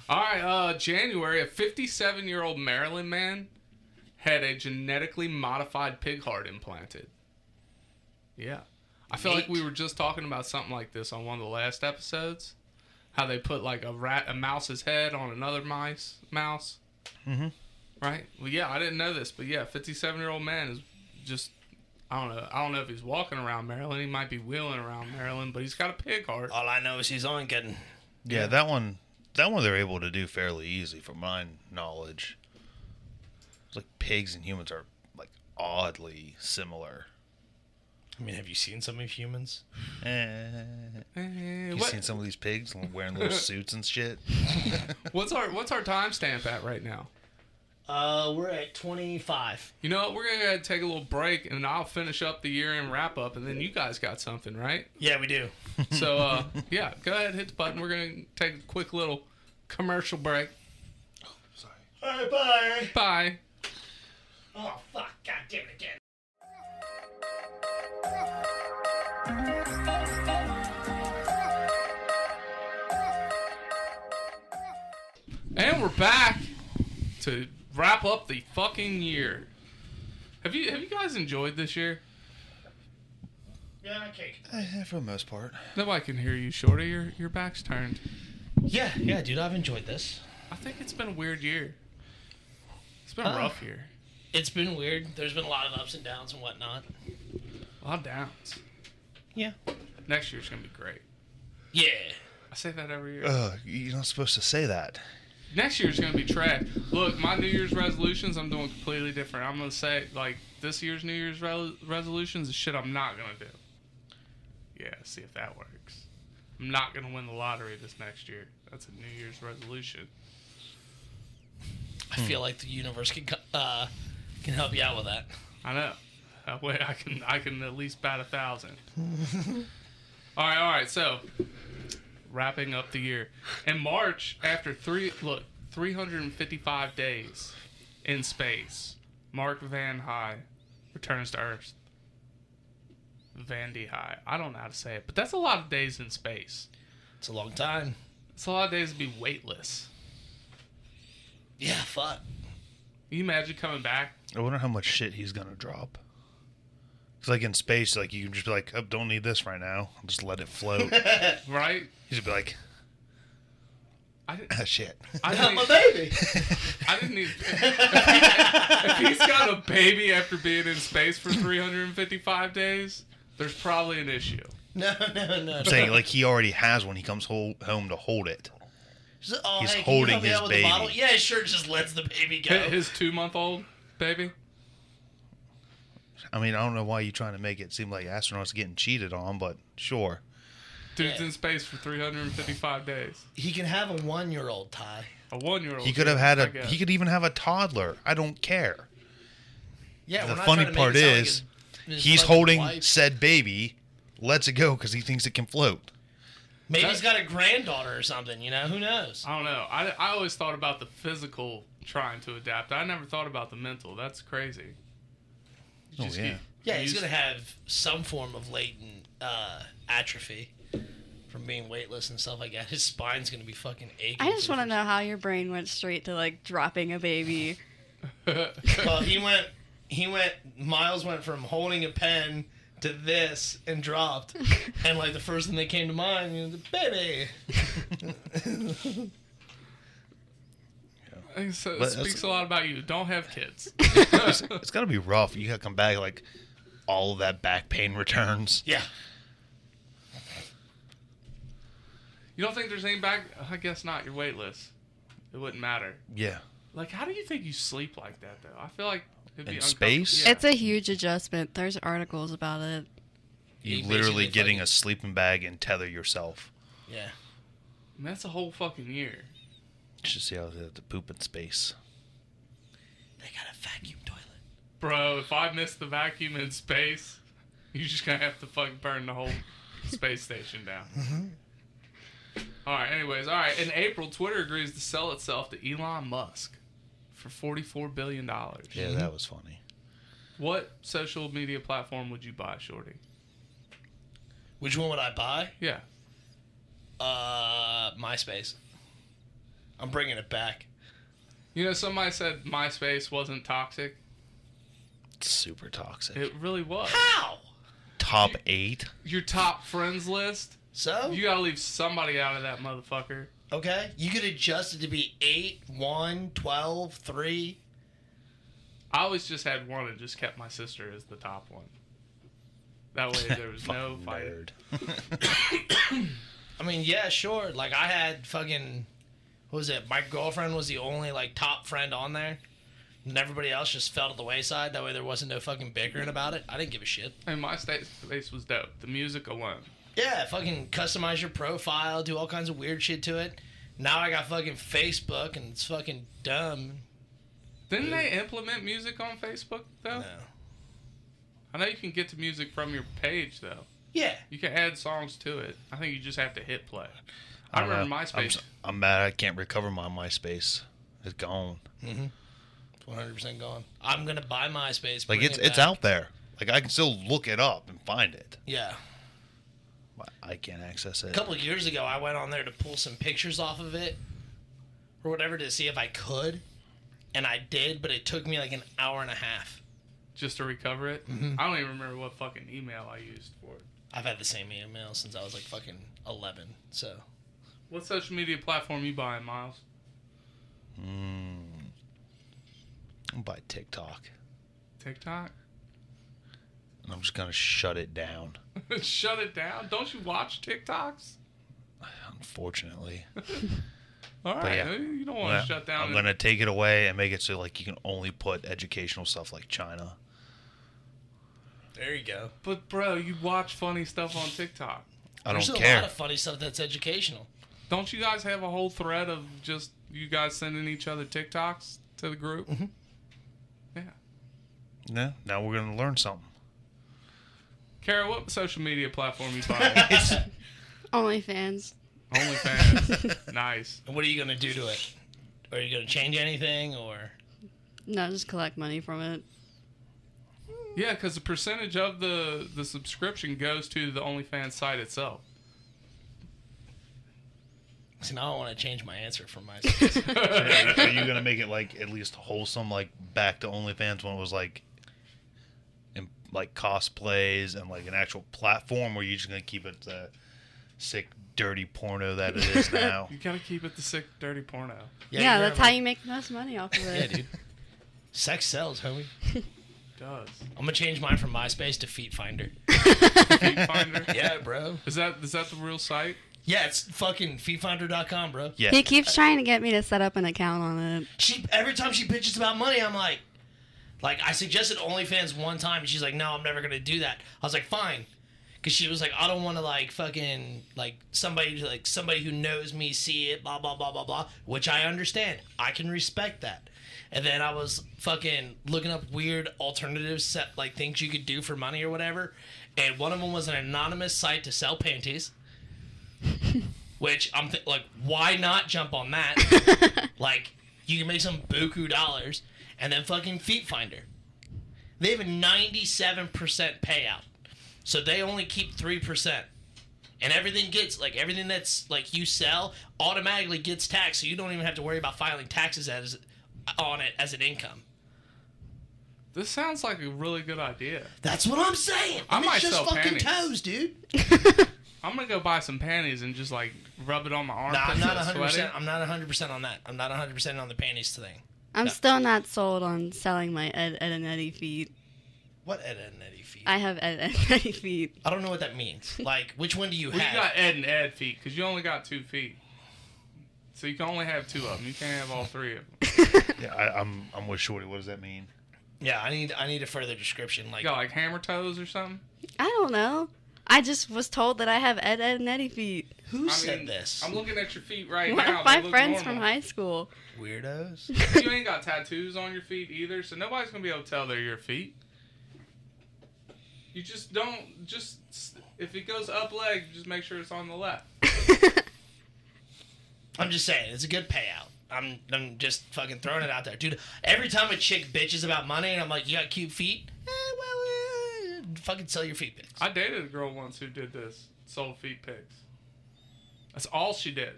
Speaker 1: All right. Uh, January, a 57 year old Maryland man had a genetically modified pig heart implanted. Yeah. I feel like
Speaker 4: Neat.
Speaker 1: we were just talking about something like this on one of the last episodes. How they put like a rat, a mouse's head on another mice mouse. Mm-hmm. Right. Well, yeah, I didn't know this, but yeah, 57 year old man is just. I don't know. I don't know if he's walking around Maryland. He might be wheeling around Maryland, but he's got a pig heart.
Speaker 4: All I know is he's on getting.
Speaker 3: Yeah, that one. That one they're able to do fairly easy, from my knowledge. It's like pigs and humans are like oddly similar.
Speaker 4: I mean, have you seen some of humans?
Speaker 3: Eh.
Speaker 1: Eh,
Speaker 3: You
Speaker 1: what-
Speaker 3: seen some of these pigs wearing little [LAUGHS] suits and shit?
Speaker 1: What's our what's our timestamp at right now?
Speaker 4: Uh, we're at twenty five.
Speaker 1: You know what? We're gonna go ahead and take a little break, and I'll finish up the year and wrap up, and then you guys got something, right?
Speaker 4: Yeah, we do.
Speaker 1: So uh, yeah, go ahead, hit the button. We're gonna take a quick little commercial break.
Speaker 4: All right, bye.
Speaker 1: Bye.
Speaker 4: Oh fuck! God damn it again.
Speaker 1: And we're back to wrap up the fucking year. Have you have you guys enjoyed this year?
Speaker 4: Yeah, okay.
Speaker 3: Eh, for the most part.
Speaker 1: Nobody can hear you, Shorty. Your your back's turned.
Speaker 2: Yeah, yeah, dude, I've enjoyed this.
Speaker 1: I think it's been a weird year. It's been a
Speaker 2: Huh.
Speaker 1: rough year.
Speaker 2: It's been weird. There's been a lot of ups and downs and whatnot.
Speaker 1: A lot of downs.
Speaker 2: Yeah.
Speaker 1: Next year's gonna be great.
Speaker 2: Yeah.
Speaker 1: I say that every year.
Speaker 3: Ugh, you're not supposed to say that.
Speaker 1: next year's gonna be trash. Look, my New Year's resolutions, I'm doing completely different. I'm gonna say like this year's New Year's re- resolutions is shit I'm not gonna do. Yeah, see if that works. I'm not gonna win the lottery this next year. That's a New Year's resolution.
Speaker 2: I feel like the universe can co- uh, can help you out with that.
Speaker 1: I know. That way I can I can at least bat a thousand. [LAUGHS] all right, all right. So wrapping up the year in March after three look 355 days in space, Mark Van High returns to Earth. Vandy High. I don't know how to say it, but that's a lot of days in space.
Speaker 2: It's a long time.
Speaker 1: It's a lot of days to be weightless.
Speaker 2: Yeah, fuck.
Speaker 1: Can you imagine coming back?
Speaker 3: I wonder how much shit he's gonna drop. Cause like in space, like you can just be like, "Oh, don't need this right now. I'll just let it [LAUGHS] float."
Speaker 1: Right?
Speaker 3: he's be like,
Speaker 1: I didn't.
Speaker 3: ah, [LAUGHS] "Shit."
Speaker 1: I didn't even-
Speaker 4: baby.
Speaker 1: I didn't need. [LAUGHS] If he's got a baby after being in space for 355 days, there's probably an issue.
Speaker 4: [LAUGHS] No, no, no.
Speaker 3: I'm saying like he already has one. He comes ho- home to hold it.
Speaker 4: oh,
Speaker 3: He's
Speaker 4: hey, can you
Speaker 3: holding
Speaker 4: help me
Speaker 3: his
Speaker 4: out with the
Speaker 3: baby.
Speaker 4: bottle? Yeah, sure. Just lets the baby go.
Speaker 1: Hi- His two month old baby.
Speaker 3: I mean, I don't know why you're trying to make it seem like astronauts getting cheated on, but sure.
Speaker 1: Dude's in space for 355 days.
Speaker 2: He can have a one year old tie.
Speaker 1: A one year old.
Speaker 3: He could have had a. He could even have a toddler. I don't care.
Speaker 2: Yeah.
Speaker 3: The funny part is, he's holding said baby. Lets it go because he thinks it
Speaker 1: [LAUGHS]
Speaker 3: can float.
Speaker 2: Maybe he's got a granddaughter or something. You know, who knows?
Speaker 1: I don't know. I, I always thought about the physical trying to adapt. I never thought about the mental. That's crazy. You
Speaker 3: Oh,
Speaker 1: just
Speaker 3: yeah.
Speaker 1: get
Speaker 2: Yeah, he's
Speaker 1: used-
Speaker 2: gonna have some form of latent uh, atrophy from being weightless and stuff like that. His spine's gonna be fucking aching.
Speaker 6: I just
Speaker 2: for the
Speaker 6: want to know how your brain went straight to like dropping a baby.
Speaker 1: [LAUGHS]
Speaker 3: [LAUGHS]
Speaker 4: well, he went. He went. Miles went from holding a pen to this
Speaker 6: [LAUGHS]
Speaker 4: and dropped, and like the first thing that came to mind, was the baby.
Speaker 1: I think So it
Speaker 3: But that's-
Speaker 1: speaks a lot about you. Don't have kids.
Speaker 3: it's, it's gotta be rough. You gotta come back like all of that back pain returns.
Speaker 4: Yeah.
Speaker 1: You don't think there's any back? I guess not. You're weightless. It wouldn't matter.
Speaker 3: Yeah.
Speaker 1: Like, how do you think you sleep like that though? I feel like It'd be
Speaker 3: In
Speaker 1: uncomfort-
Speaker 3: space?
Speaker 1: Yeah.
Speaker 6: It's a huge adjustment. There's articles about it.
Speaker 3: You
Speaker 4: You
Speaker 3: literally
Speaker 4: basically
Speaker 3: getting
Speaker 4: fucking-
Speaker 3: a sleeping bag and tether yourself
Speaker 4: Yeah.
Speaker 1: And that's a whole fucking year.
Speaker 3: just see how they have to poop in space.
Speaker 4: They got a vacuum toilet.
Speaker 1: Bro, if I miss the vacuum in space, you're just gonna have to fucking burn the whole space station
Speaker 3: [LAUGHS]
Speaker 1: down.
Speaker 3: Mm-hmm.
Speaker 1: All right. Anyways, all right. In April, Twitter agrees to sell itself to Elon Musk for forty-four billion dollars.
Speaker 3: Yeah, that was funny.
Speaker 1: What social media platform would you buy, Shorty?
Speaker 4: Which one would I buy?
Speaker 1: Yeah.
Speaker 4: Uh, MySpace. I'm bringing it back.
Speaker 1: You know, somebody said MySpace wasn't toxic.
Speaker 3: Super toxic.
Speaker 1: It really was.
Speaker 4: Ow!
Speaker 3: Top eight.
Speaker 1: Your top friends list.
Speaker 4: So
Speaker 1: You gotta leave somebody out of that motherfucker.
Speaker 4: okay, you could adjust it to be eight, one, twelve, three.
Speaker 1: I always just had one and just kept my sister as the top one. That way there
Speaker 3: [LAUGHS]
Speaker 1: was no
Speaker 3: Fucking
Speaker 1: fight.
Speaker 3: nerd.
Speaker 4: I mean, yeah, sure. Like I had fucking, what was it? My girlfriend was the only like top friend on there, and everybody else just fell to the wayside. That way, there wasn't no fucking bickering about it. I didn't give a shit.
Speaker 1: And my state space was dope. The music alone.
Speaker 4: Yeah, fucking customize your profile, do all kinds of weird shit to it. Now I got fucking Facebook, and it's fucking dumb.
Speaker 1: Didn't they implement music on Facebook though?
Speaker 4: No.
Speaker 1: I know you can get to music from your page though.
Speaker 4: Yeah.
Speaker 1: You can add songs to it. I think you just have to hit play. I,
Speaker 3: don't
Speaker 1: remember
Speaker 3: know. I'm,
Speaker 1: MySpace.
Speaker 3: s- I'm mad. I can't recover my MySpace. It's gone.
Speaker 4: 100% gone. I'm gonna buy MySpace.
Speaker 3: Like
Speaker 4: bring
Speaker 3: it's
Speaker 4: it
Speaker 3: it's
Speaker 4: back.
Speaker 3: out there. Like I can still look it up and find it.
Speaker 4: Yeah.
Speaker 3: But I can't access it.
Speaker 4: A couple of years ago, I went on there to pull some pictures off of it or whatever to see if I could, and I did, but it took me like an hour and a half.
Speaker 1: just to recover it.
Speaker 3: Mm-hmm.
Speaker 1: I don't even remember what fucking email I used for it.
Speaker 4: I've had the same email since I was like fucking 11. So
Speaker 1: What social media platform you buying, Miles?
Speaker 3: Hmm. I'm by TikTok,
Speaker 1: TikTok? [LAUGHS]
Speaker 3: and I'm just gonna shut it down.
Speaker 1: Shut it down. Don't you watch TikToks?
Speaker 3: Unfortunately,
Speaker 1: All right.
Speaker 3: yeah.
Speaker 1: You don't want
Speaker 3: Well,
Speaker 1: to shut down.
Speaker 3: I'm gonna take it away and make it so like you can only put educational stuff like China.
Speaker 4: there you go.
Speaker 1: But bro, you watch funny stuff on TikTok.
Speaker 3: I
Speaker 4: There's
Speaker 3: don't
Speaker 4: a
Speaker 3: care.
Speaker 4: lot of funny stuff that's educational.
Speaker 1: Don't you guys have a whole thread of just you guys sending each other TikToks to the group? Yeah.
Speaker 3: yeah, now we're gonna learn something.
Speaker 1: Kara, what social media platform you buying? [LAUGHS]
Speaker 6: OnlyFans.
Speaker 1: OnlyFans. nice.
Speaker 4: And what are you gonna do to it? Are you gonna change anything or?
Speaker 6: No, just collect money from it.
Speaker 3: [LAUGHS]
Speaker 1: Yeah, because the percentage of the the subscription goes to the OnlyFans site itself.
Speaker 4: See, now I want to change my answer
Speaker 3: [LAUGHS]
Speaker 4: from my.
Speaker 3: Are you gonna make it like at least wholesome, like back to OnlyFans when it was like, in, like cosplays and like an actual platform, where you're just gonna keep it the sick, dirty porno that it is now?
Speaker 1: You gotta keep it the sick, dirty porno.
Speaker 6: Yeah,
Speaker 4: you're
Speaker 6: that's how
Speaker 4: right.
Speaker 6: you make the most money off of it.
Speaker 4: Yeah, dude. Sex sells, homie.
Speaker 1: It does.
Speaker 4: I'm gonna change mine from MySpace to Feet Finder.
Speaker 1: Feet Finder.
Speaker 4: Yeah, bro.
Speaker 1: Is that is that the real site?
Speaker 4: [LAUGHS] Yeah, it's fucking feetfinder.com, bro.
Speaker 6: [LAUGHS]
Speaker 3: Yeah,
Speaker 6: He keeps trying to get me to set up an account on it.
Speaker 4: She every time she bitches about money, I'm like, like I suggested OnlyFans one time, and she's like, no, I'm never gonna do that. I was like, fine, because she was like, I don't want to like fucking like somebody like somebody who knows me see it, blah blah blah blah blah, which I understand. I can respect that. And then I was fucking looking up weird alternative set like things you could do for money or whatever, and one of them was an anonymous site to sell panties. Which I'm th- like, why not jump on that? Like, you can make some buku dollars, and then fucking Feet Finder. They have a 97% payout. So they only keep 3%. And everything gets, like, everything that's, like, you sell automatically gets taxed. So you don't even have to worry about filing taxes as on it as an income.
Speaker 1: This sounds like a really good idea.
Speaker 4: That's what I'm saying.
Speaker 1: I
Speaker 4: And
Speaker 1: might
Speaker 4: it's just
Speaker 1: sell
Speaker 4: fucking
Speaker 1: panties.
Speaker 4: toes, dude.
Speaker 1: I'm gonna go buy some panties and just like rub it on my arm.
Speaker 4: Nah, I'm not 100%.
Speaker 1: 100.
Speaker 4: I'm not 100% on that. I'm not 100% on the panties thing.
Speaker 6: I'm still not sold on selling my Ed, Ed and Eddie feet.
Speaker 4: What Ed, Ed and Eddie feet? I,
Speaker 6: I have Ed, Ed and Eddie feet.
Speaker 4: don't know what that means. Like, which one do you
Speaker 1: Well,
Speaker 4: have?
Speaker 1: you got Ed and Ed feet because you only got two feet, so you can only have two of them. You can't have all three of them.
Speaker 3: yeah I, I'm I'm with Shorty. What does that mean?
Speaker 4: Yeah, I need I need a further description. Like,
Speaker 1: You got like hammer toes or something?
Speaker 6: I don't know. I just was told that I have Ed, Ed, and Eddie feet.
Speaker 4: who
Speaker 1: I
Speaker 4: said
Speaker 1: mean,
Speaker 4: this?
Speaker 1: I'm looking at your feet right
Speaker 6: One
Speaker 1: now.
Speaker 6: of
Speaker 1: they
Speaker 6: my
Speaker 1: look
Speaker 6: friends from
Speaker 1: normal.
Speaker 6: high school.
Speaker 4: Weirdos.
Speaker 1: You ain't got tattoos on your feet either, so nobody's gonna be able to tell they're your feet. You just don't. Just s- if it goes up leg, just make sure it's on the left.
Speaker 4: I'm just saying, it's a good payout. I'm, I'm just fucking throwing it out there, dude. Every time a chick bitches about money, and I'm like, you got cute feet. Eh, well, eh, fucking sell your feet pics.
Speaker 1: I dated a girl once who did this. Sold feet pics. That's all she did.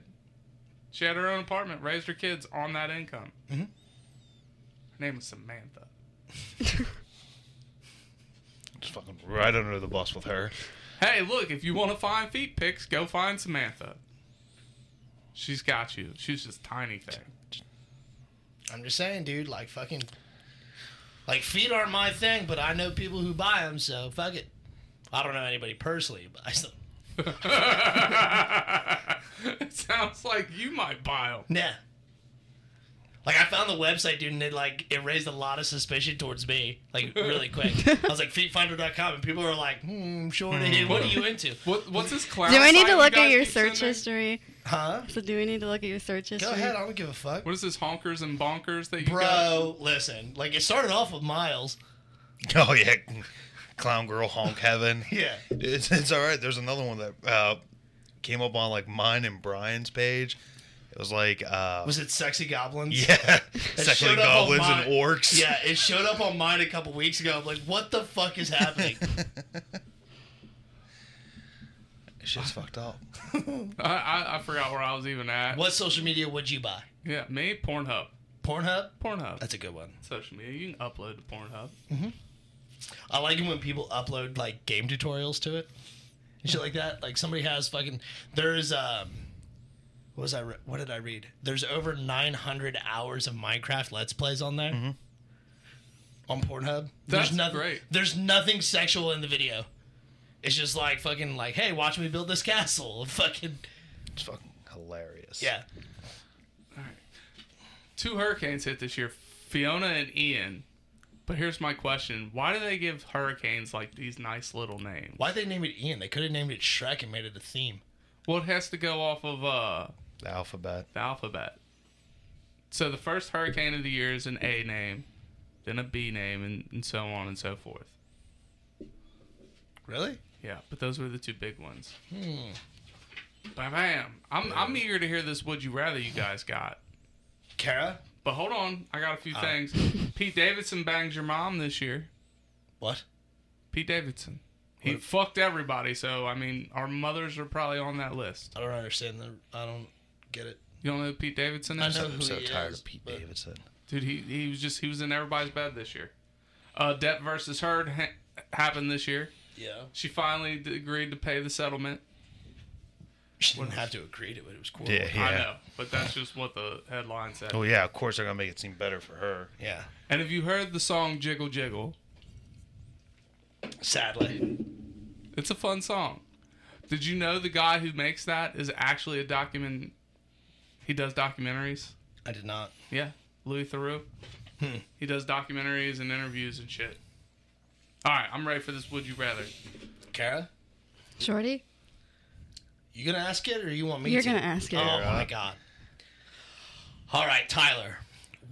Speaker 1: She had her own apartment, raised her kids on that income. Her name was Samantha.
Speaker 3: Just fucking right under the bus with her. [LAUGHS]
Speaker 1: Hey, look, if you want to find feet pics, go find Samantha. She's got you. She's just tiny thing. [LAUGHS]
Speaker 4: I'm just saying, dude. Like fucking, like feet aren't my thing, but I know people who buy them, so fuck it. I don't know anybody personally, but I still,
Speaker 1: it sounds like you might buy 'em.
Speaker 4: nah. Like I found the website, dude, and it like it raised a lot of suspicion towards me, like [LAUGHS] really quick. I was like feetfinder.com, and people were like, "Hmm, shorty, what are you into?"
Speaker 1: What, what's this clown?
Speaker 6: Do I
Speaker 1: site
Speaker 6: need to
Speaker 1: you
Speaker 6: look at
Speaker 1: guys
Speaker 6: your
Speaker 1: keep sending
Speaker 6: search
Speaker 1: me?
Speaker 6: history?
Speaker 4: Huh?
Speaker 6: So do we need to look at your search history?
Speaker 4: Go ahead, I don't give a fuck.
Speaker 1: What is this honkers and bonkers that you got?
Speaker 4: Bro, listen. Like it started off with Miles.
Speaker 3: Oh yeah, clown girl honk heaven.
Speaker 4: [LAUGHS] Yeah.
Speaker 3: it's, it's all right. There's another one that uh, came up on like mine and Brian's page. It was like uh,
Speaker 4: Was it Sexy Goblins? [LAUGHS]
Speaker 3: yeah, sexually
Speaker 4: showed up on
Speaker 3: goblins
Speaker 4: mine.
Speaker 3: and orcs. [LAUGHS]
Speaker 4: Yeah, it showed up on mine a couple weeks ago. I'm like, what the fuck is [LAUGHS] happening?
Speaker 3: shit's fucked up.
Speaker 1: I, I, I forgot where I was even at.
Speaker 4: what social media would you buy?
Speaker 1: Yeah, me Pornhub.
Speaker 4: Pornhub?
Speaker 1: Pornhub.
Speaker 4: That's a good one.
Speaker 1: social media. You can upload to Pornhub.
Speaker 4: I like it when people upload like game tutorials to it and shit like that. Like somebody has fucking there's um what was I re- what did I read? There's over 900 hours of Minecraft Let's Plays on there
Speaker 3: Mm-hmm.
Speaker 4: on Pornhub.
Speaker 1: That's
Speaker 4: there's nothing,
Speaker 1: great.
Speaker 4: There's nothing sexual in the video. It's just like fucking like hey, watch me build this castle. [LAUGHS] Fucking
Speaker 3: It's fucking hilarious.
Speaker 4: yeah.
Speaker 1: Two hurricanes hit this year, Fiona and Ian. But here's my question: Why do they give hurricanes like these nice little names?
Speaker 4: Why'd they name it Ian? They could have named it Shrek and made it a theme.
Speaker 1: Well, it has to go off of uh,
Speaker 3: the alphabet.
Speaker 1: the alphabet. So the first hurricane of the year is an A name, then a B name, and, and so on and so forth.
Speaker 4: Really?
Speaker 1: Yeah, but those were the two big ones. Bam, bam. I'm I'm eager to hear this. Would you rather you guys got?
Speaker 4: Kara?
Speaker 1: But hold on, I got a few things. Pete Davidson bangs your mom this year.
Speaker 4: What?
Speaker 1: Pete Davidson. He fucked everybody, so I mean, our mothers are probably on that list.
Speaker 4: I don't understand the I don't get it.
Speaker 1: You don't know who Pete Davidson
Speaker 4: I
Speaker 1: is?
Speaker 4: know
Speaker 3: I'm
Speaker 4: who
Speaker 3: so
Speaker 4: he
Speaker 3: tired
Speaker 4: is,
Speaker 3: of Pete
Speaker 4: but-
Speaker 3: Davidson.
Speaker 1: Dude, he, he was just he was in everybody's bed this year. Uh, Depp versus Heard ha- happened this year.
Speaker 4: Yeah.
Speaker 1: She finally d- agreed to pay the settlement.
Speaker 4: She wouldn't have to agree to it. It was cool.
Speaker 3: Yeah, yeah.
Speaker 1: I know, but that's just what the headline said.
Speaker 3: Oh yeah, of course they're gonna make it seem better for her.
Speaker 4: Yeah.
Speaker 1: And if you heard the song Jiggle Jiggle,
Speaker 4: Sadly.
Speaker 1: it's a fun song. Did you know the guy who makes that is actually a document? He does documentaries.
Speaker 4: I did not.
Speaker 1: Yeah, Louis Theroux.
Speaker 4: Hmm.
Speaker 1: He does documentaries and interviews and shit. All right, I'm ready for this. Would you rather?
Speaker 4: Kara,
Speaker 6: Shorty,
Speaker 4: you gonna ask it or you want me
Speaker 6: you're
Speaker 4: to?
Speaker 6: gonna ask it.
Speaker 4: Oh my god. All right, Tyler.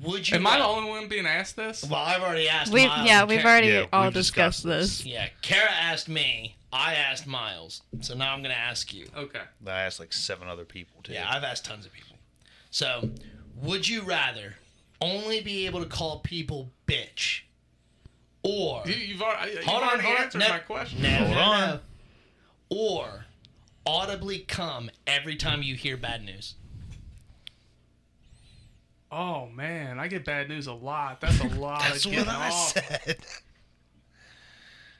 Speaker 4: Would you
Speaker 1: Am I the
Speaker 4: ra-
Speaker 1: only one being asked this?
Speaker 4: Well, I've already asked
Speaker 6: we
Speaker 4: Miles.
Speaker 6: yeah,
Speaker 4: and
Speaker 6: we've
Speaker 4: Kara-
Speaker 6: already
Speaker 3: yeah,
Speaker 6: all
Speaker 3: we've
Speaker 6: discussed,
Speaker 3: discussed
Speaker 6: this.
Speaker 4: Yeah, Kara asked me. I asked Miles. So now I'm gonna ask you.
Speaker 1: Okay.
Speaker 3: I asked like seven other people too. [LAUGHS]
Speaker 4: Yeah, I've asked tons of people. So, would you rather only be able to call people bitch or
Speaker 1: You, you've already, you've
Speaker 4: Hold on,
Speaker 1: already
Speaker 4: hold on.
Speaker 1: answered
Speaker 4: No.
Speaker 1: my question.
Speaker 4: No,
Speaker 3: Hold
Speaker 4: no,
Speaker 3: on.
Speaker 4: no. Or audibly come every time you hear bad news.
Speaker 1: Oh man, I get bad news a lot. That's
Speaker 4: [LAUGHS]
Speaker 1: a lot.
Speaker 3: That's
Speaker 1: of
Speaker 3: what
Speaker 1: getting
Speaker 3: I
Speaker 1: off.
Speaker 3: said.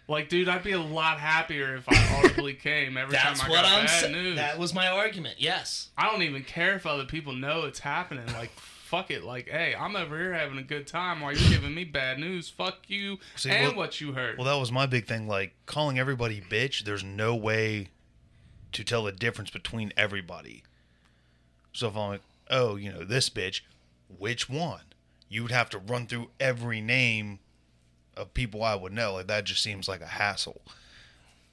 Speaker 1: Like, dude, I'd be a lot happier
Speaker 4: [LAUGHS]
Speaker 1: if I audibly came every
Speaker 4: That's
Speaker 1: time I
Speaker 4: what
Speaker 1: got
Speaker 4: I'm
Speaker 1: bad
Speaker 4: saying.
Speaker 1: news.
Speaker 4: That was my argument. Yes.
Speaker 1: I don't even care if other people know it's happening. Like, fuck it. Like, hey, I'm over here having a good time while you're giving me bad news. Fuck you
Speaker 3: See,
Speaker 1: and
Speaker 3: well-
Speaker 1: what you heard.
Speaker 3: Well, that was my big thing. Like calling everybody bitch. There's no way to tell the difference between everybody. So if I'm like, oh, you know this bitch, which one? You would have to run through every name of people I would know. Like that just seems like a hassle.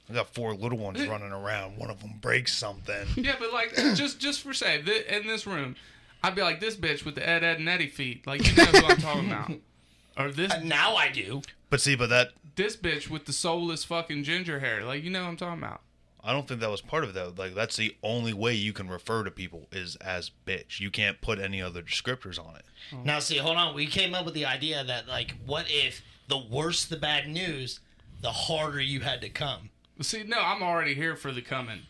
Speaker 3: I got four little ones running around. One of them breaks
Speaker 1: [LAUGHS]
Speaker 3: something.
Speaker 1: Yeah, but like just just for say th- in this room, I'd be like this bitch with the Ed Ed and Eddie feet, like you know who I'm talking about, or this
Speaker 4: Uh, Now I do.
Speaker 3: But see, but that
Speaker 1: this bitch with the soulless fucking ginger hair, like you know who I'm talking about.
Speaker 3: I don't think that was part of it, though. Like that's the only way you can refer to people is as bitch. You can't put any other descriptors on it.
Speaker 1: Oh.
Speaker 4: Now, see, hold on. We came up with the idea that, like, what if the worse the bad news, the harder you had to come?
Speaker 1: See, no, I'm already here for the coming.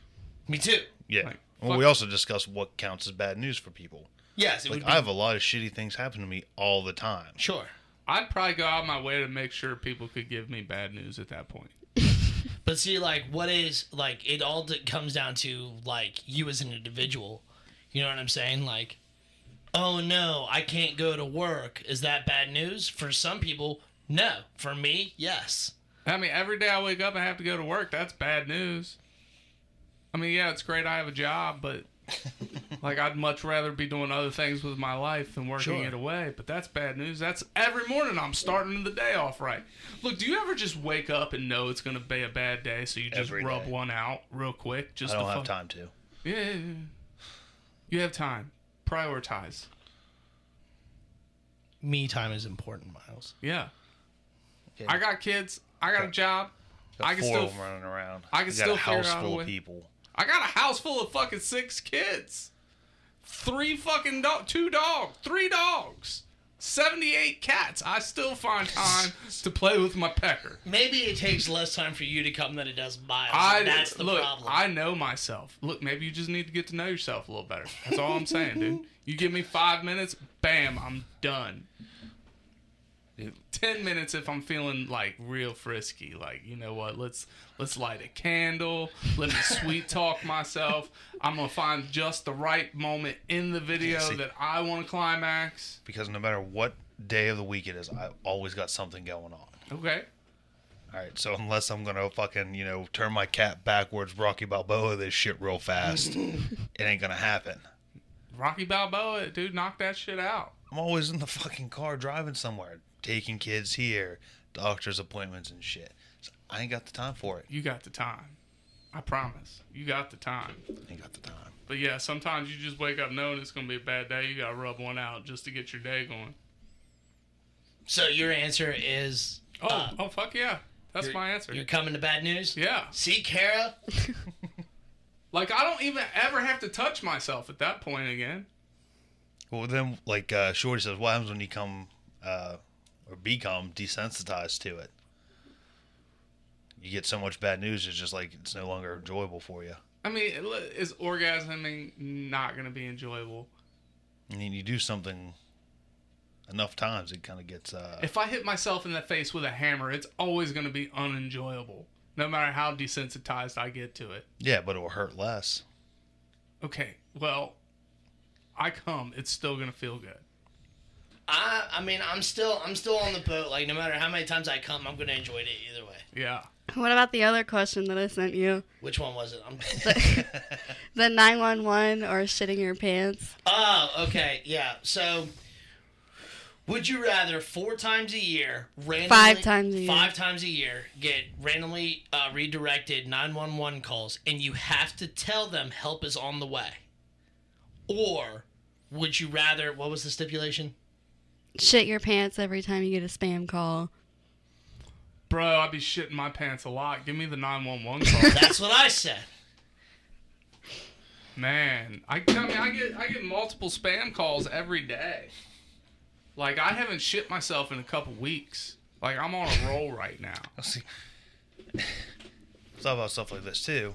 Speaker 4: Me too.
Speaker 3: Yeah.
Speaker 1: Like,
Speaker 3: well, we
Speaker 1: fuck-
Speaker 3: also discussed what counts as bad news for people.
Speaker 4: Yes, it
Speaker 3: Like
Speaker 4: would be.
Speaker 3: I have a lot of shitty things happen to me all the time.
Speaker 4: Sure.
Speaker 1: I'd probably go out of my way to make sure people could give me bad news at that point.
Speaker 4: But see, like, what is, like, it all d- comes down to, like, you as an individual. You know what I'm saying? Like, oh no, I can't go to work. Is that bad news? For some people, no. For me, yes.
Speaker 1: I mean, every day I wake up and have to go to work. That's bad news. I mean, yeah, it's great I have a job, but like I'd much rather be doing other things with my life than working
Speaker 4: Sure.
Speaker 1: it away. But that's bad news. That's every morning I'm starting the day off right. Look, do you ever just wake up and know it's gonna be a bad day, so you just
Speaker 3: Every
Speaker 1: rub
Speaker 3: day.
Speaker 1: one out real quick? Just
Speaker 3: I don't
Speaker 1: to
Speaker 3: have
Speaker 1: fuck-
Speaker 3: time to.
Speaker 1: Yeah, yeah, yeah. you have time. Prioritize.
Speaker 4: Me time is important, Miles.
Speaker 1: Yeah.
Speaker 3: Okay.
Speaker 1: I got kids. I got a job.
Speaker 3: Got
Speaker 1: I can
Speaker 3: four
Speaker 1: still
Speaker 3: of them running around.
Speaker 1: I can
Speaker 3: got
Speaker 1: still
Speaker 3: a
Speaker 1: figure
Speaker 3: house
Speaker 1: out a
Speaker 3: full
Speaker 1: way.
Speaker 3: of people.
Speaker 1: I got a house full of fucking six kids. Three fucking dog, two dogs, three dogs, 78 cats. I still find time to play with my pecker.
Speaker 4: Maybe it takes less time for you to come than it does Miles.
Speaker 1: I
Speaker 4: and that's the
Speaker 1: look,
Speaker 4: problem.
Speaker 1: I know myself. Look, maybe you just need to get to know yourself a little better. That's all I'm saying, dude. You give me 5 minutes, bam, I'm done. 10 minutes if I'm feeling like real frisky, like, you know what? Let's let's light a candle. Let me sweet talk myself. I'm going to find just the right moment in the video
Speaker 3: see.
Speaker 1: that I want to climax.
Speaker 3: because no matter what day of the week it is, I've always got something going on.
Speaker 1: Okay.
Speaker 3: All right, so unless I'm gonna fucking you know turn my cat backwards, Rocky Balboa this shit
Speaker 1: [LAUGHS]
Speaker 3: real fast, it ain't gonna happen.
Speaker 1: Rocky Balboa, dude, knock that shit out.
Speaker 3: I'm always in the fucking car driving somewhere, taking kids here, doctor's appointments and shit. So I ain't got the time for it.
Speaker 1: You got the time. I promise. You got the time.
Speaker 3: Ain't got the time.
Speaker 1: But yeah, sometimes you just wake up knowing it's gonna be a bad day. You gotta rub one out just to get your day going.
Speaker 4: so your answer is
Speaker 1: Oh,
Speaker 4: Uh,
Speaker 1: oh fuck yeah, that's my answer.
Speaker 4: you're coming to bad news.
Speaker 1: Yeah,
Speaker 4: See, Kara,
Speaker 1: like I don't even ever have to touch myself at that point again.
Speaker 3: Well, then like uh, Shorty says, what happens when you come uh, or become desensitized to it? You get so much bad news, it's just like it's no longer enjoyable for you.
Speaker 1: I mean, it- is orgasming not gonna be enjoyable?
Speaker 3: And then you do something enough times, it kind of gets. Uh,
Speaker 1: If I hit myself in the face with a hammer, it's always gonna be unenjoyable, no matter how desensitized I get to it.
Speaker 3: Yeah, but it will hurt less. [LAUGHS]
Speaker 1: Okay, well, I come, it's still gonna feel good.
Speaker 4: I, I mean, I'm still, I'm still on the boat. Like, no matter how many times I come, I'm gonna enjoy it either way.
Speaker 1: Yeah.
Speaker 6: What about the other question that I
Speaker 1: [LAUGHS]
Speaker 6: sent you?
Speaker 4: Which one was it? I'm,
Speaker 6: The [LAUGHS] 911 or shitting your pants?
Speaker 4: oh, okay, yeah. So, would you rather four times a year, randomly,
Speaker 6: Five times a year.
Speaker 4: five times a year, get randomly uh, redirected 911 calls, and you have to tell them help is on the way, or would you rather? What was the stipulation?
Speaker 6: Shit your pants every time you get a spam call.
Speaker 1: Bro, I'd be shitting my pants a lot. Give me the 911 call.
Speaker 4: That's what I said.
Speaker 1: Man, I, I mean, I get I get multiple spam calls every day. Like I haven't shit myself in a couple weeks. Like I'm on a roll right now.
Speaker 3: See, it's all about stuff like this too.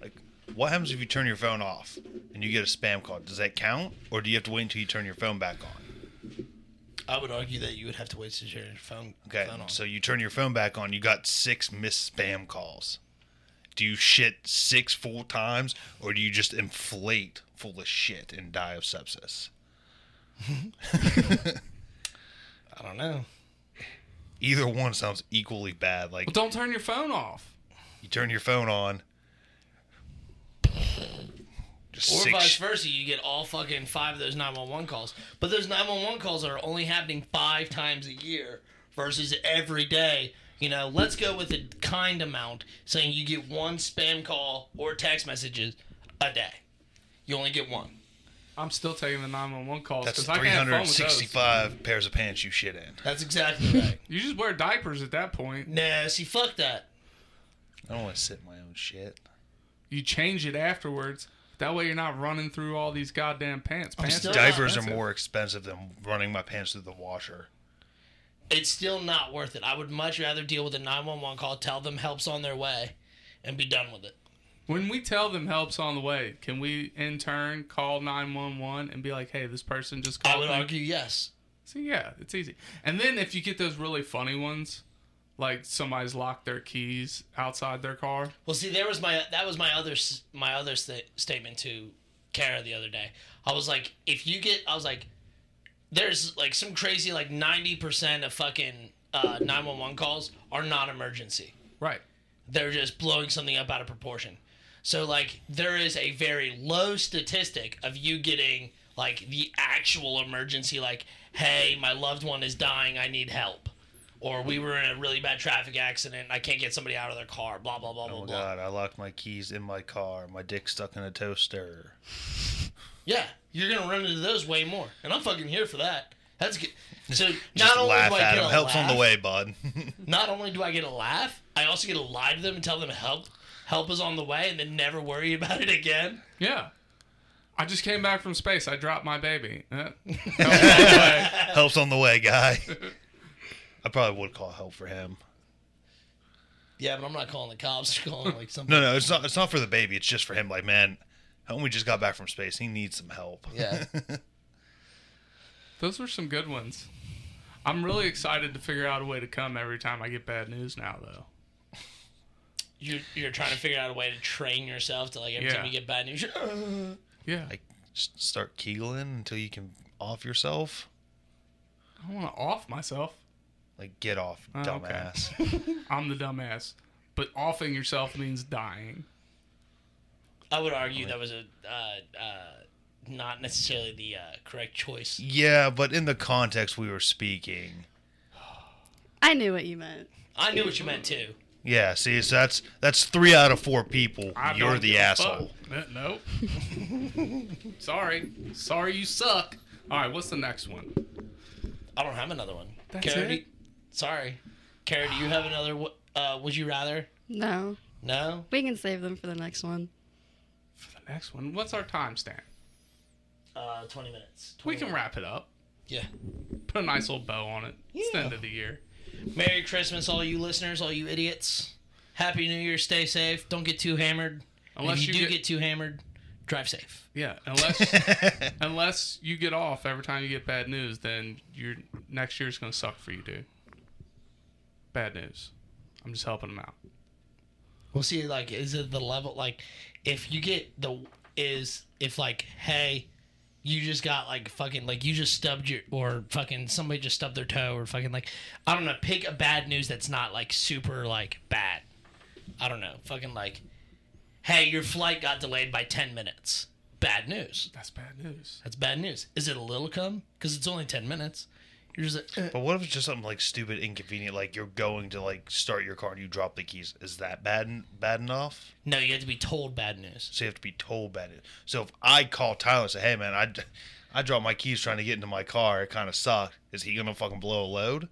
Speaker 3: Like, what happens if you turn your phone off and you get a spam call? Does that count, or do you have to wait until you turn your phone back on?
Speaker 4: [LAUGHS] I would argue that you would have to wait to turn your phone,
Speaker 3: Okay,
Speaker 4: phone on.
Speaker 3: so you turn your phone back on. You got six missed spam calls. Do you shit six full times, or do you just inflate full of shit and die of sepsis?
Speaker 4: I don't know.
Speaker 3: Either one sounds equally bad. Like
Speaker 1: Well, don't turn your phone off.
Speaker 3: you turn your phone on. Just
Speaker 4: Or
Speaker 3: six
Speaker 4: vice
Speaker 3: sh-
Speaker 4: versa, you get all fucking five of those 911 calls. But those 911 calls are only happening five times a year versus every day. You know, let's go with a kind amount, saying you get one spam call or text messages a day. You only get one.
Speaker 1: I'm still taking the 911 calls
Speaker 3: That's
Speaker 1: because I can't have fun with those.
Speaker 3: 365 pairs of pants you shit in.
Speaker 4: That's exactly right.
Speaker 3: [LAUGHS]
Speaker 1: You just wear diapers at that point.
Speaker 4: no, see, fuck that.
Speaker 3: I don't want to sit in my own shit.
Speaker 1: You change it afterwards. That way you're not running through all these goddamn pants. Pants
Speaker 4: still-
Speaker 3: Diapers are
Speaker 1: expensive.
Speaker 3: more expensive than running my pants through the washer.
Speaker 4: It's still not worth it. I would much rather deal with a 911 call, tell them help's on their way, and be done with it.
Speaker 1: When we tell them help's on the way, can we in turn call 911 and be like, hey, this person just
Speaker 4: I
Speaker 1: called?
Speaker 4: would
Speaker 1: me?
Speaker 4: argue yes.
Speaker 1: So yeah, it's easy. And then if you get those really funny ones, like somebody's locked their keys outside their car.
Speaker 4: Well, see, there was my that was my other s- my other sta- statement to Kara the other day. I was like, if you get, I was like, there's like some crazy like ninety percent of fucking uh, nine one one calls are not emergency.
Speaker 1: Right.
Speaker 4: They're just blowing something up out of proportion. So like there is a very low statistic of you getting like the actual emergency, like, hey, my loved one is dying, I need help. Or we were in a really bad traffic accident. I can't get somebody out of their car. Blah blah blah blah
Speaker 3: Oh
Speaker 4: blah.
Speaker 3: god, I locked my keys in my car. My dick stuck in a toaster.
Speaker 4: Yeah, you're gonna run into those way more, and I'm fucking here for that. That's good. So
Speaker 3: Just
Speaker 4: not only
Speaker 3: laugh
Speaker 4: do I
Speaker 3: at
Speaker 4: get
Speaker 3: him.
Speaker 4: a
Speaker 3: Helps
Speaker 4: laugh,
Speaker 3: on the way, bud. [LAUGHS]
Speaker 4: Not only do I get a laugh, I also get to lie to them and tell them help, help is on the way, and then never worry about it again.
Speaker 1: Yeah. I just came back from space. I dropped my baby. Eh.
Speaker 3: Helps on the way, guy. I probably would call help for him.
Speaker 4: Yeah, but I'm not calling the cops. I'm calling
Speaker 3: [LAUGHS]
Speaker 4: like something.
Speaker 3: No, no, it's not. It's not for the baby. It's just for him. Like, man, homie just got back from space. He needs some help.
Speaker 4: Yeah.
Speaker 1: Those were some good ones. I'm really excited to figure out a way to come every time I get bad news now, though.
Speaker 4: You're, you're trying to figure out a way to train yourself to like every time
Speaker 1: Yeah.
Speaker 4: you get bad news. You're,
Speaker 1: Yeah.
Speaker 3: [LAUGHS] like, just start kegeling until you can off yourself.
Speaker 1: I want to off myself.
Speaker 3: Like, get off,
Speaker 1: Oh, okay.
Speaker 3: dumbass.
Speaker 1: I'm the dumbass. But offing yourself means dying.
Speaker 4: I would argue that was a uh, uh, not necessarily the uh, correct choice.
Speaker 3: yeah, but in the context we were speaking.
Speaker 6: I knew what you meant.
Speaker 4: I knew what you meant too.
Speaker 3: Yeah, see, so that's that's three out of four people.
Speaker 1: I
Speaker 3: You're
Speaker 1: don't
Speaker 3: the
Speaker 1: give a
Speaker 3: asshole.
Speaker 1: fuck. Eh, Nope. [LAUGHS] Sorry. Sorry you suck. All right, what's the next one?
Speaker 4: I don't have another one.
Speaker 1: That's
Speaker 4: Kara, do-
Speaker 1: it?
Speaker 4: sorry, Kara. Do you have another? wo- Uh, would you rather?
Speaker 6: No,
Speaker 4: No.
Speaker 6: we can save them for the next one.
Speaker 1: The next one. What's our timestamp?
Speaker 4: Uh, twenty minutes. 20
Speaker 1: We can wrap it up.
Speaker 4: Yeah.
Speaker 1: Put a nice little bow on it. It's the end of the year.
Speaker 4: Merry Christmas, all you listeners, all you idiots. Happy New Year. Stay safe. Don't get too hammered. And
Speaker 1: Unless
Speaker 4: if you,
Speaker 1: you
Speaker 4: do
Speaker 1: get-
Speaker 4: get... too hammered, drive safe.
Speaker 1: Yeah, unless
Speaker 3: [LAUGHS]
Speaker 1: unless you get off every time you get bad news, then your next year's gonna suck for you, dude. Bad news. I'm just helping them out.
Speaker 4: We'll see. Like, is it the level? Like, if you get the is if like, hey, you just got like fucking like you just stubbed your or fucking somebody just stubbed their toe or fucking like I don't know. Pick a bad news that's not like super like bad. I don't know. Fucking like, hey, your flight got delayed by ten minutes. Bad news.
Speaker 1: That's bad news.
Speaker 4: That's bad news. Is it a little cum? Because it's only ten minutes. You're just like, eh.
Speaker 3: But what if it's just something like stupid, inconvenient, like you're going to like start your car and you drop the keys? Is that bad bad enough?
Speaker 4: no. You have to be told bad news.
Speaker 3: So you have to be told about it. So if I call Tyler and say, "Hey, man, I, I dropped my keys trying to get into my car. It kind of sucked." Is he gonna fucking blow a load?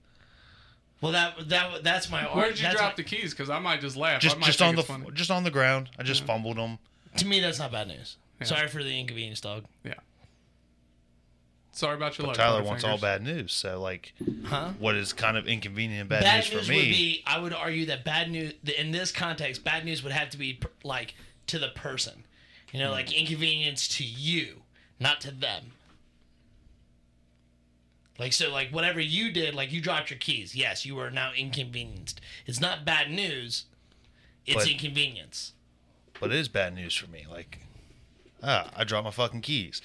Speaker 4: Well, that that that's my.
Speaker 1: Where'd you
Speaker 4: that's
Speaker 1: drop
Speaker 4: my-
Speaker 1: the keys? Because I might just laugh. I
Speaker 3: Just
Speaker 1: might
Speaker 3: just
Speaker 1: think
Speaker 3: on the
Speaker 1: it's funny.
Speaker 3: just on the ground. I just fumbled them.
Speaker 4: To me, that's not bad news. Sorry for the inconvenience, dog.
Speaker 1: Yeah. Sorry about your luck.
Speaker 3: Tyler
Speaker 1: Butterfingers.
Speaker 3: wants all bad news. So like,
Speaker 4: Huh?
Speaker 3: what is kind of inconvenient and bad,
Speaker 4: Bad
Speaker 3: news,
Speaker 4: news,
Speaker 3: for me?
Speaker 4: would be, I would argue that bad news in this context, bad news would have to be per- like to the person, you know, like inconvenience to you, not to them. Like so, like whatever you did, like you dropped your keys. Yes, you are now inconvenienced. It's not bad news. It's
Speaker 3: But-
Speaker 4: inconvenience.
Speaker 3: but it is bad news for me. Like, ah, I dropped my fucking keys.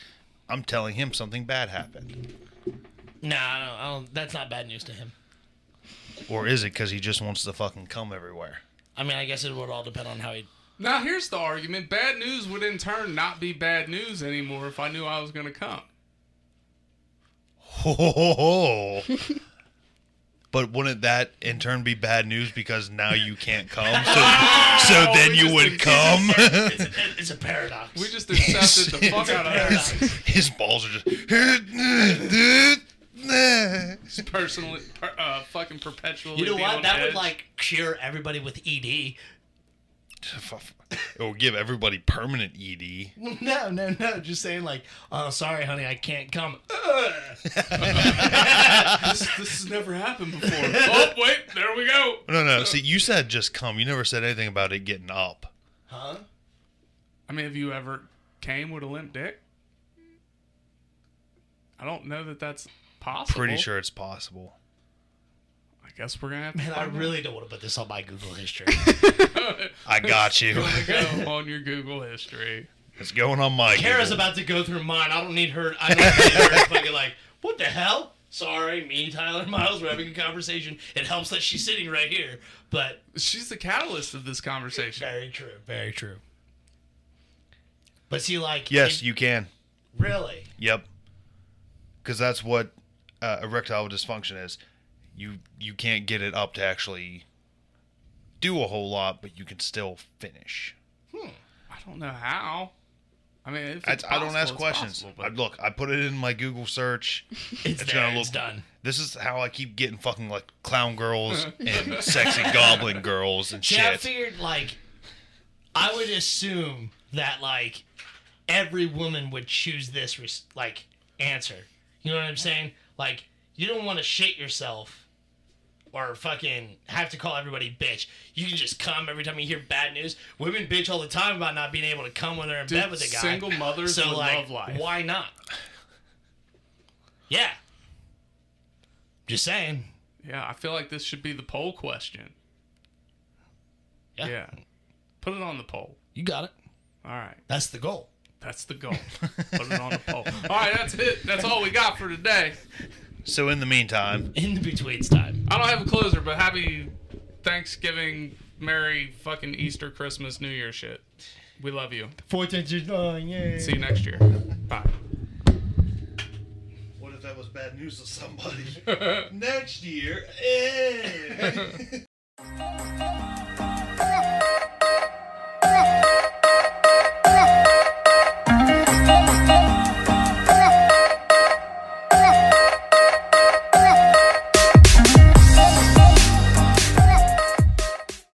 Speaker 3: I'm telling him something bad happened,
Speaker 4: No, I don't, I don't. That's not bad news to him.
Speaker 3: or is it because he just wants to fucking come everywhere? [LAUGHS]
Speaker 4: I mean, I guess it would all depend on how he.
Speaker 1: Now here's the argument: bad news would in turn not be bad news anymore if I knew I was gonna come.
Speaker 3: Ho ho ho! ho. But wouldn't that in turn be bad news because now you can't come? So, so then
Speaker 1: we
Speaker 3: you
Speaker 1: just
Speaker 3: would
Speaker 1: did-
Speaker 3: come.
Speaker 4: It's a, it's a paradox.
Speaker 1: We
Speaker 3: [LAUGHS]
Speaker 1: just accepted the fuck out of
Speaker 3: his,
Speaker 1: that.
Speaker 3: [LAUGHS] his balls [LAUGHS] are just.
Speaker 1: It's personally, per, uh, fucking perpetually.
Speaker 4: you know
Speaker 1: be
Speaker 4: what?
Speaker 1: on
Speaker 4: That
Speaker 1: edge. [LAUGHS]
Speaker 4: would like cure everybody with E ED.
Speaker 3: it will give everybody permanent E ED.
Speaker 4: [LAUGHS] No, no, no. Just saying, like, oh, sorry, honey, I can't come.
Speaker 1: this, this has never happened before. oh wait, there we go.
Speaker 3: No, no. See, you said just come. You never said anything about it getting up.
Speaker 1: I mean, have you ever came with a limp dick? I don't know that that's possible.
Speaker 3: Pretty sure it's possible.
Speaker 1: I guess we're gonna have to
Speaker 4: Man, I
Speaker 1: find
Speaker 4: really don't want to put this on my Google [LAUGHS] history.
Speaker 3: I got
Speaker 4: [LAUGHS]
Speaker 3: you.
Speaker 1: out. [LAUGHS] go on your Google history.
Speaker 3: It's going on my.
Speaker 4: Kara's
Speaker 3: Google.
Speaker 4: about to go through mine. I don't need her. I don't need her fucking like, what the hell? Sorry, me, Tyler, Miles, we're having a conversation. It helps that she's sitting right here, but
Speaker 1: She's the catalyst of this conversation.
Speaker 4: very true, very true. But see, like,
Speaker 3: Yes,
Speaker 4: you,
Speaker 3: you can.
Speaker 4: really,
Speaker 3: Yep. Because that's what uh, erectile dysfunction is. You you can't get it up to actually do a whole lot, but you can still finish.
Speaker 1: I don't know how. I mean, if
Speaker 3: That's,
Speaker 1: it's
Speaker 3: I don't
Speaker 1: possible,
Speaker 3: ask
Speaker 1: it's
Speaker 3: questions.
Speaker 1: possible,
Speaker 3: I,
Speaker 1: but-
Speaker 3: look, I put it in my
Speaker 1: [LAUGHS]
Speaker 3: Google search.
Speaker 4: it's,
Speaker 3: It's
Speaker 4: there,
Speaker 3: gonna
Speaker 4: it's
Speaker 3: look-
Speaker 4: done.
Speaker 3: This is how I keep getting fucking like
Speaker 1: [LAUGHS]
Speaker 3: clown girls and sexy goblin girls and
Speaker 4: See, I
Speaker 3: shit.
Speaker 4: figured like I would assume that like every woman would choose this res- like answer. You know what I'm saying? Like you don't want to shit yourself or fucking have to call everybody bitch. You can just come every time you hear bad news. Women bitch all the time about not being able to come when they're in
Speaker 1: Dude,
Speaker 4: bed with a guy.
Speaker 1: single mothers
Speaker 4: so
Speaker 1: would
Speaker 4: like,
Speaker 1: love life.
Speaker 4: why not? Yeah. Just saying.
Speaker 1: Yeah, I feel like this should be the poll question.
Speaker 4: Yeah.
Speaker 1: yeah. Put it on the poll.
Speaker 4: You got it.
Speaker 1: All right.
Speaker 4: That's the goal.
Speaker 1: That's the goal. [LAUGHS] Put it on the poll. All right, that's it. That's all we got for today.
Speaker 3: So in
Speaker 1: [LAUGHS]
Speaker 3: the meantime,
Speaker 4: In the betweens time.
Speaker 1: I don't have a closer, but happy Thanksgiving, Merry fucking Easter, Christmas, New Year shit. We love you.
Speaker 4: Fourteen Ah, yeah.
Speaker 1: See you next year. Bye.
Speaker 3: what if that was bad news
Speaker 1: [LAUGHS]
Speaker 3: eh.
Speaker 1: [LAUGHS]
Speaker 3: to somebody? Next year,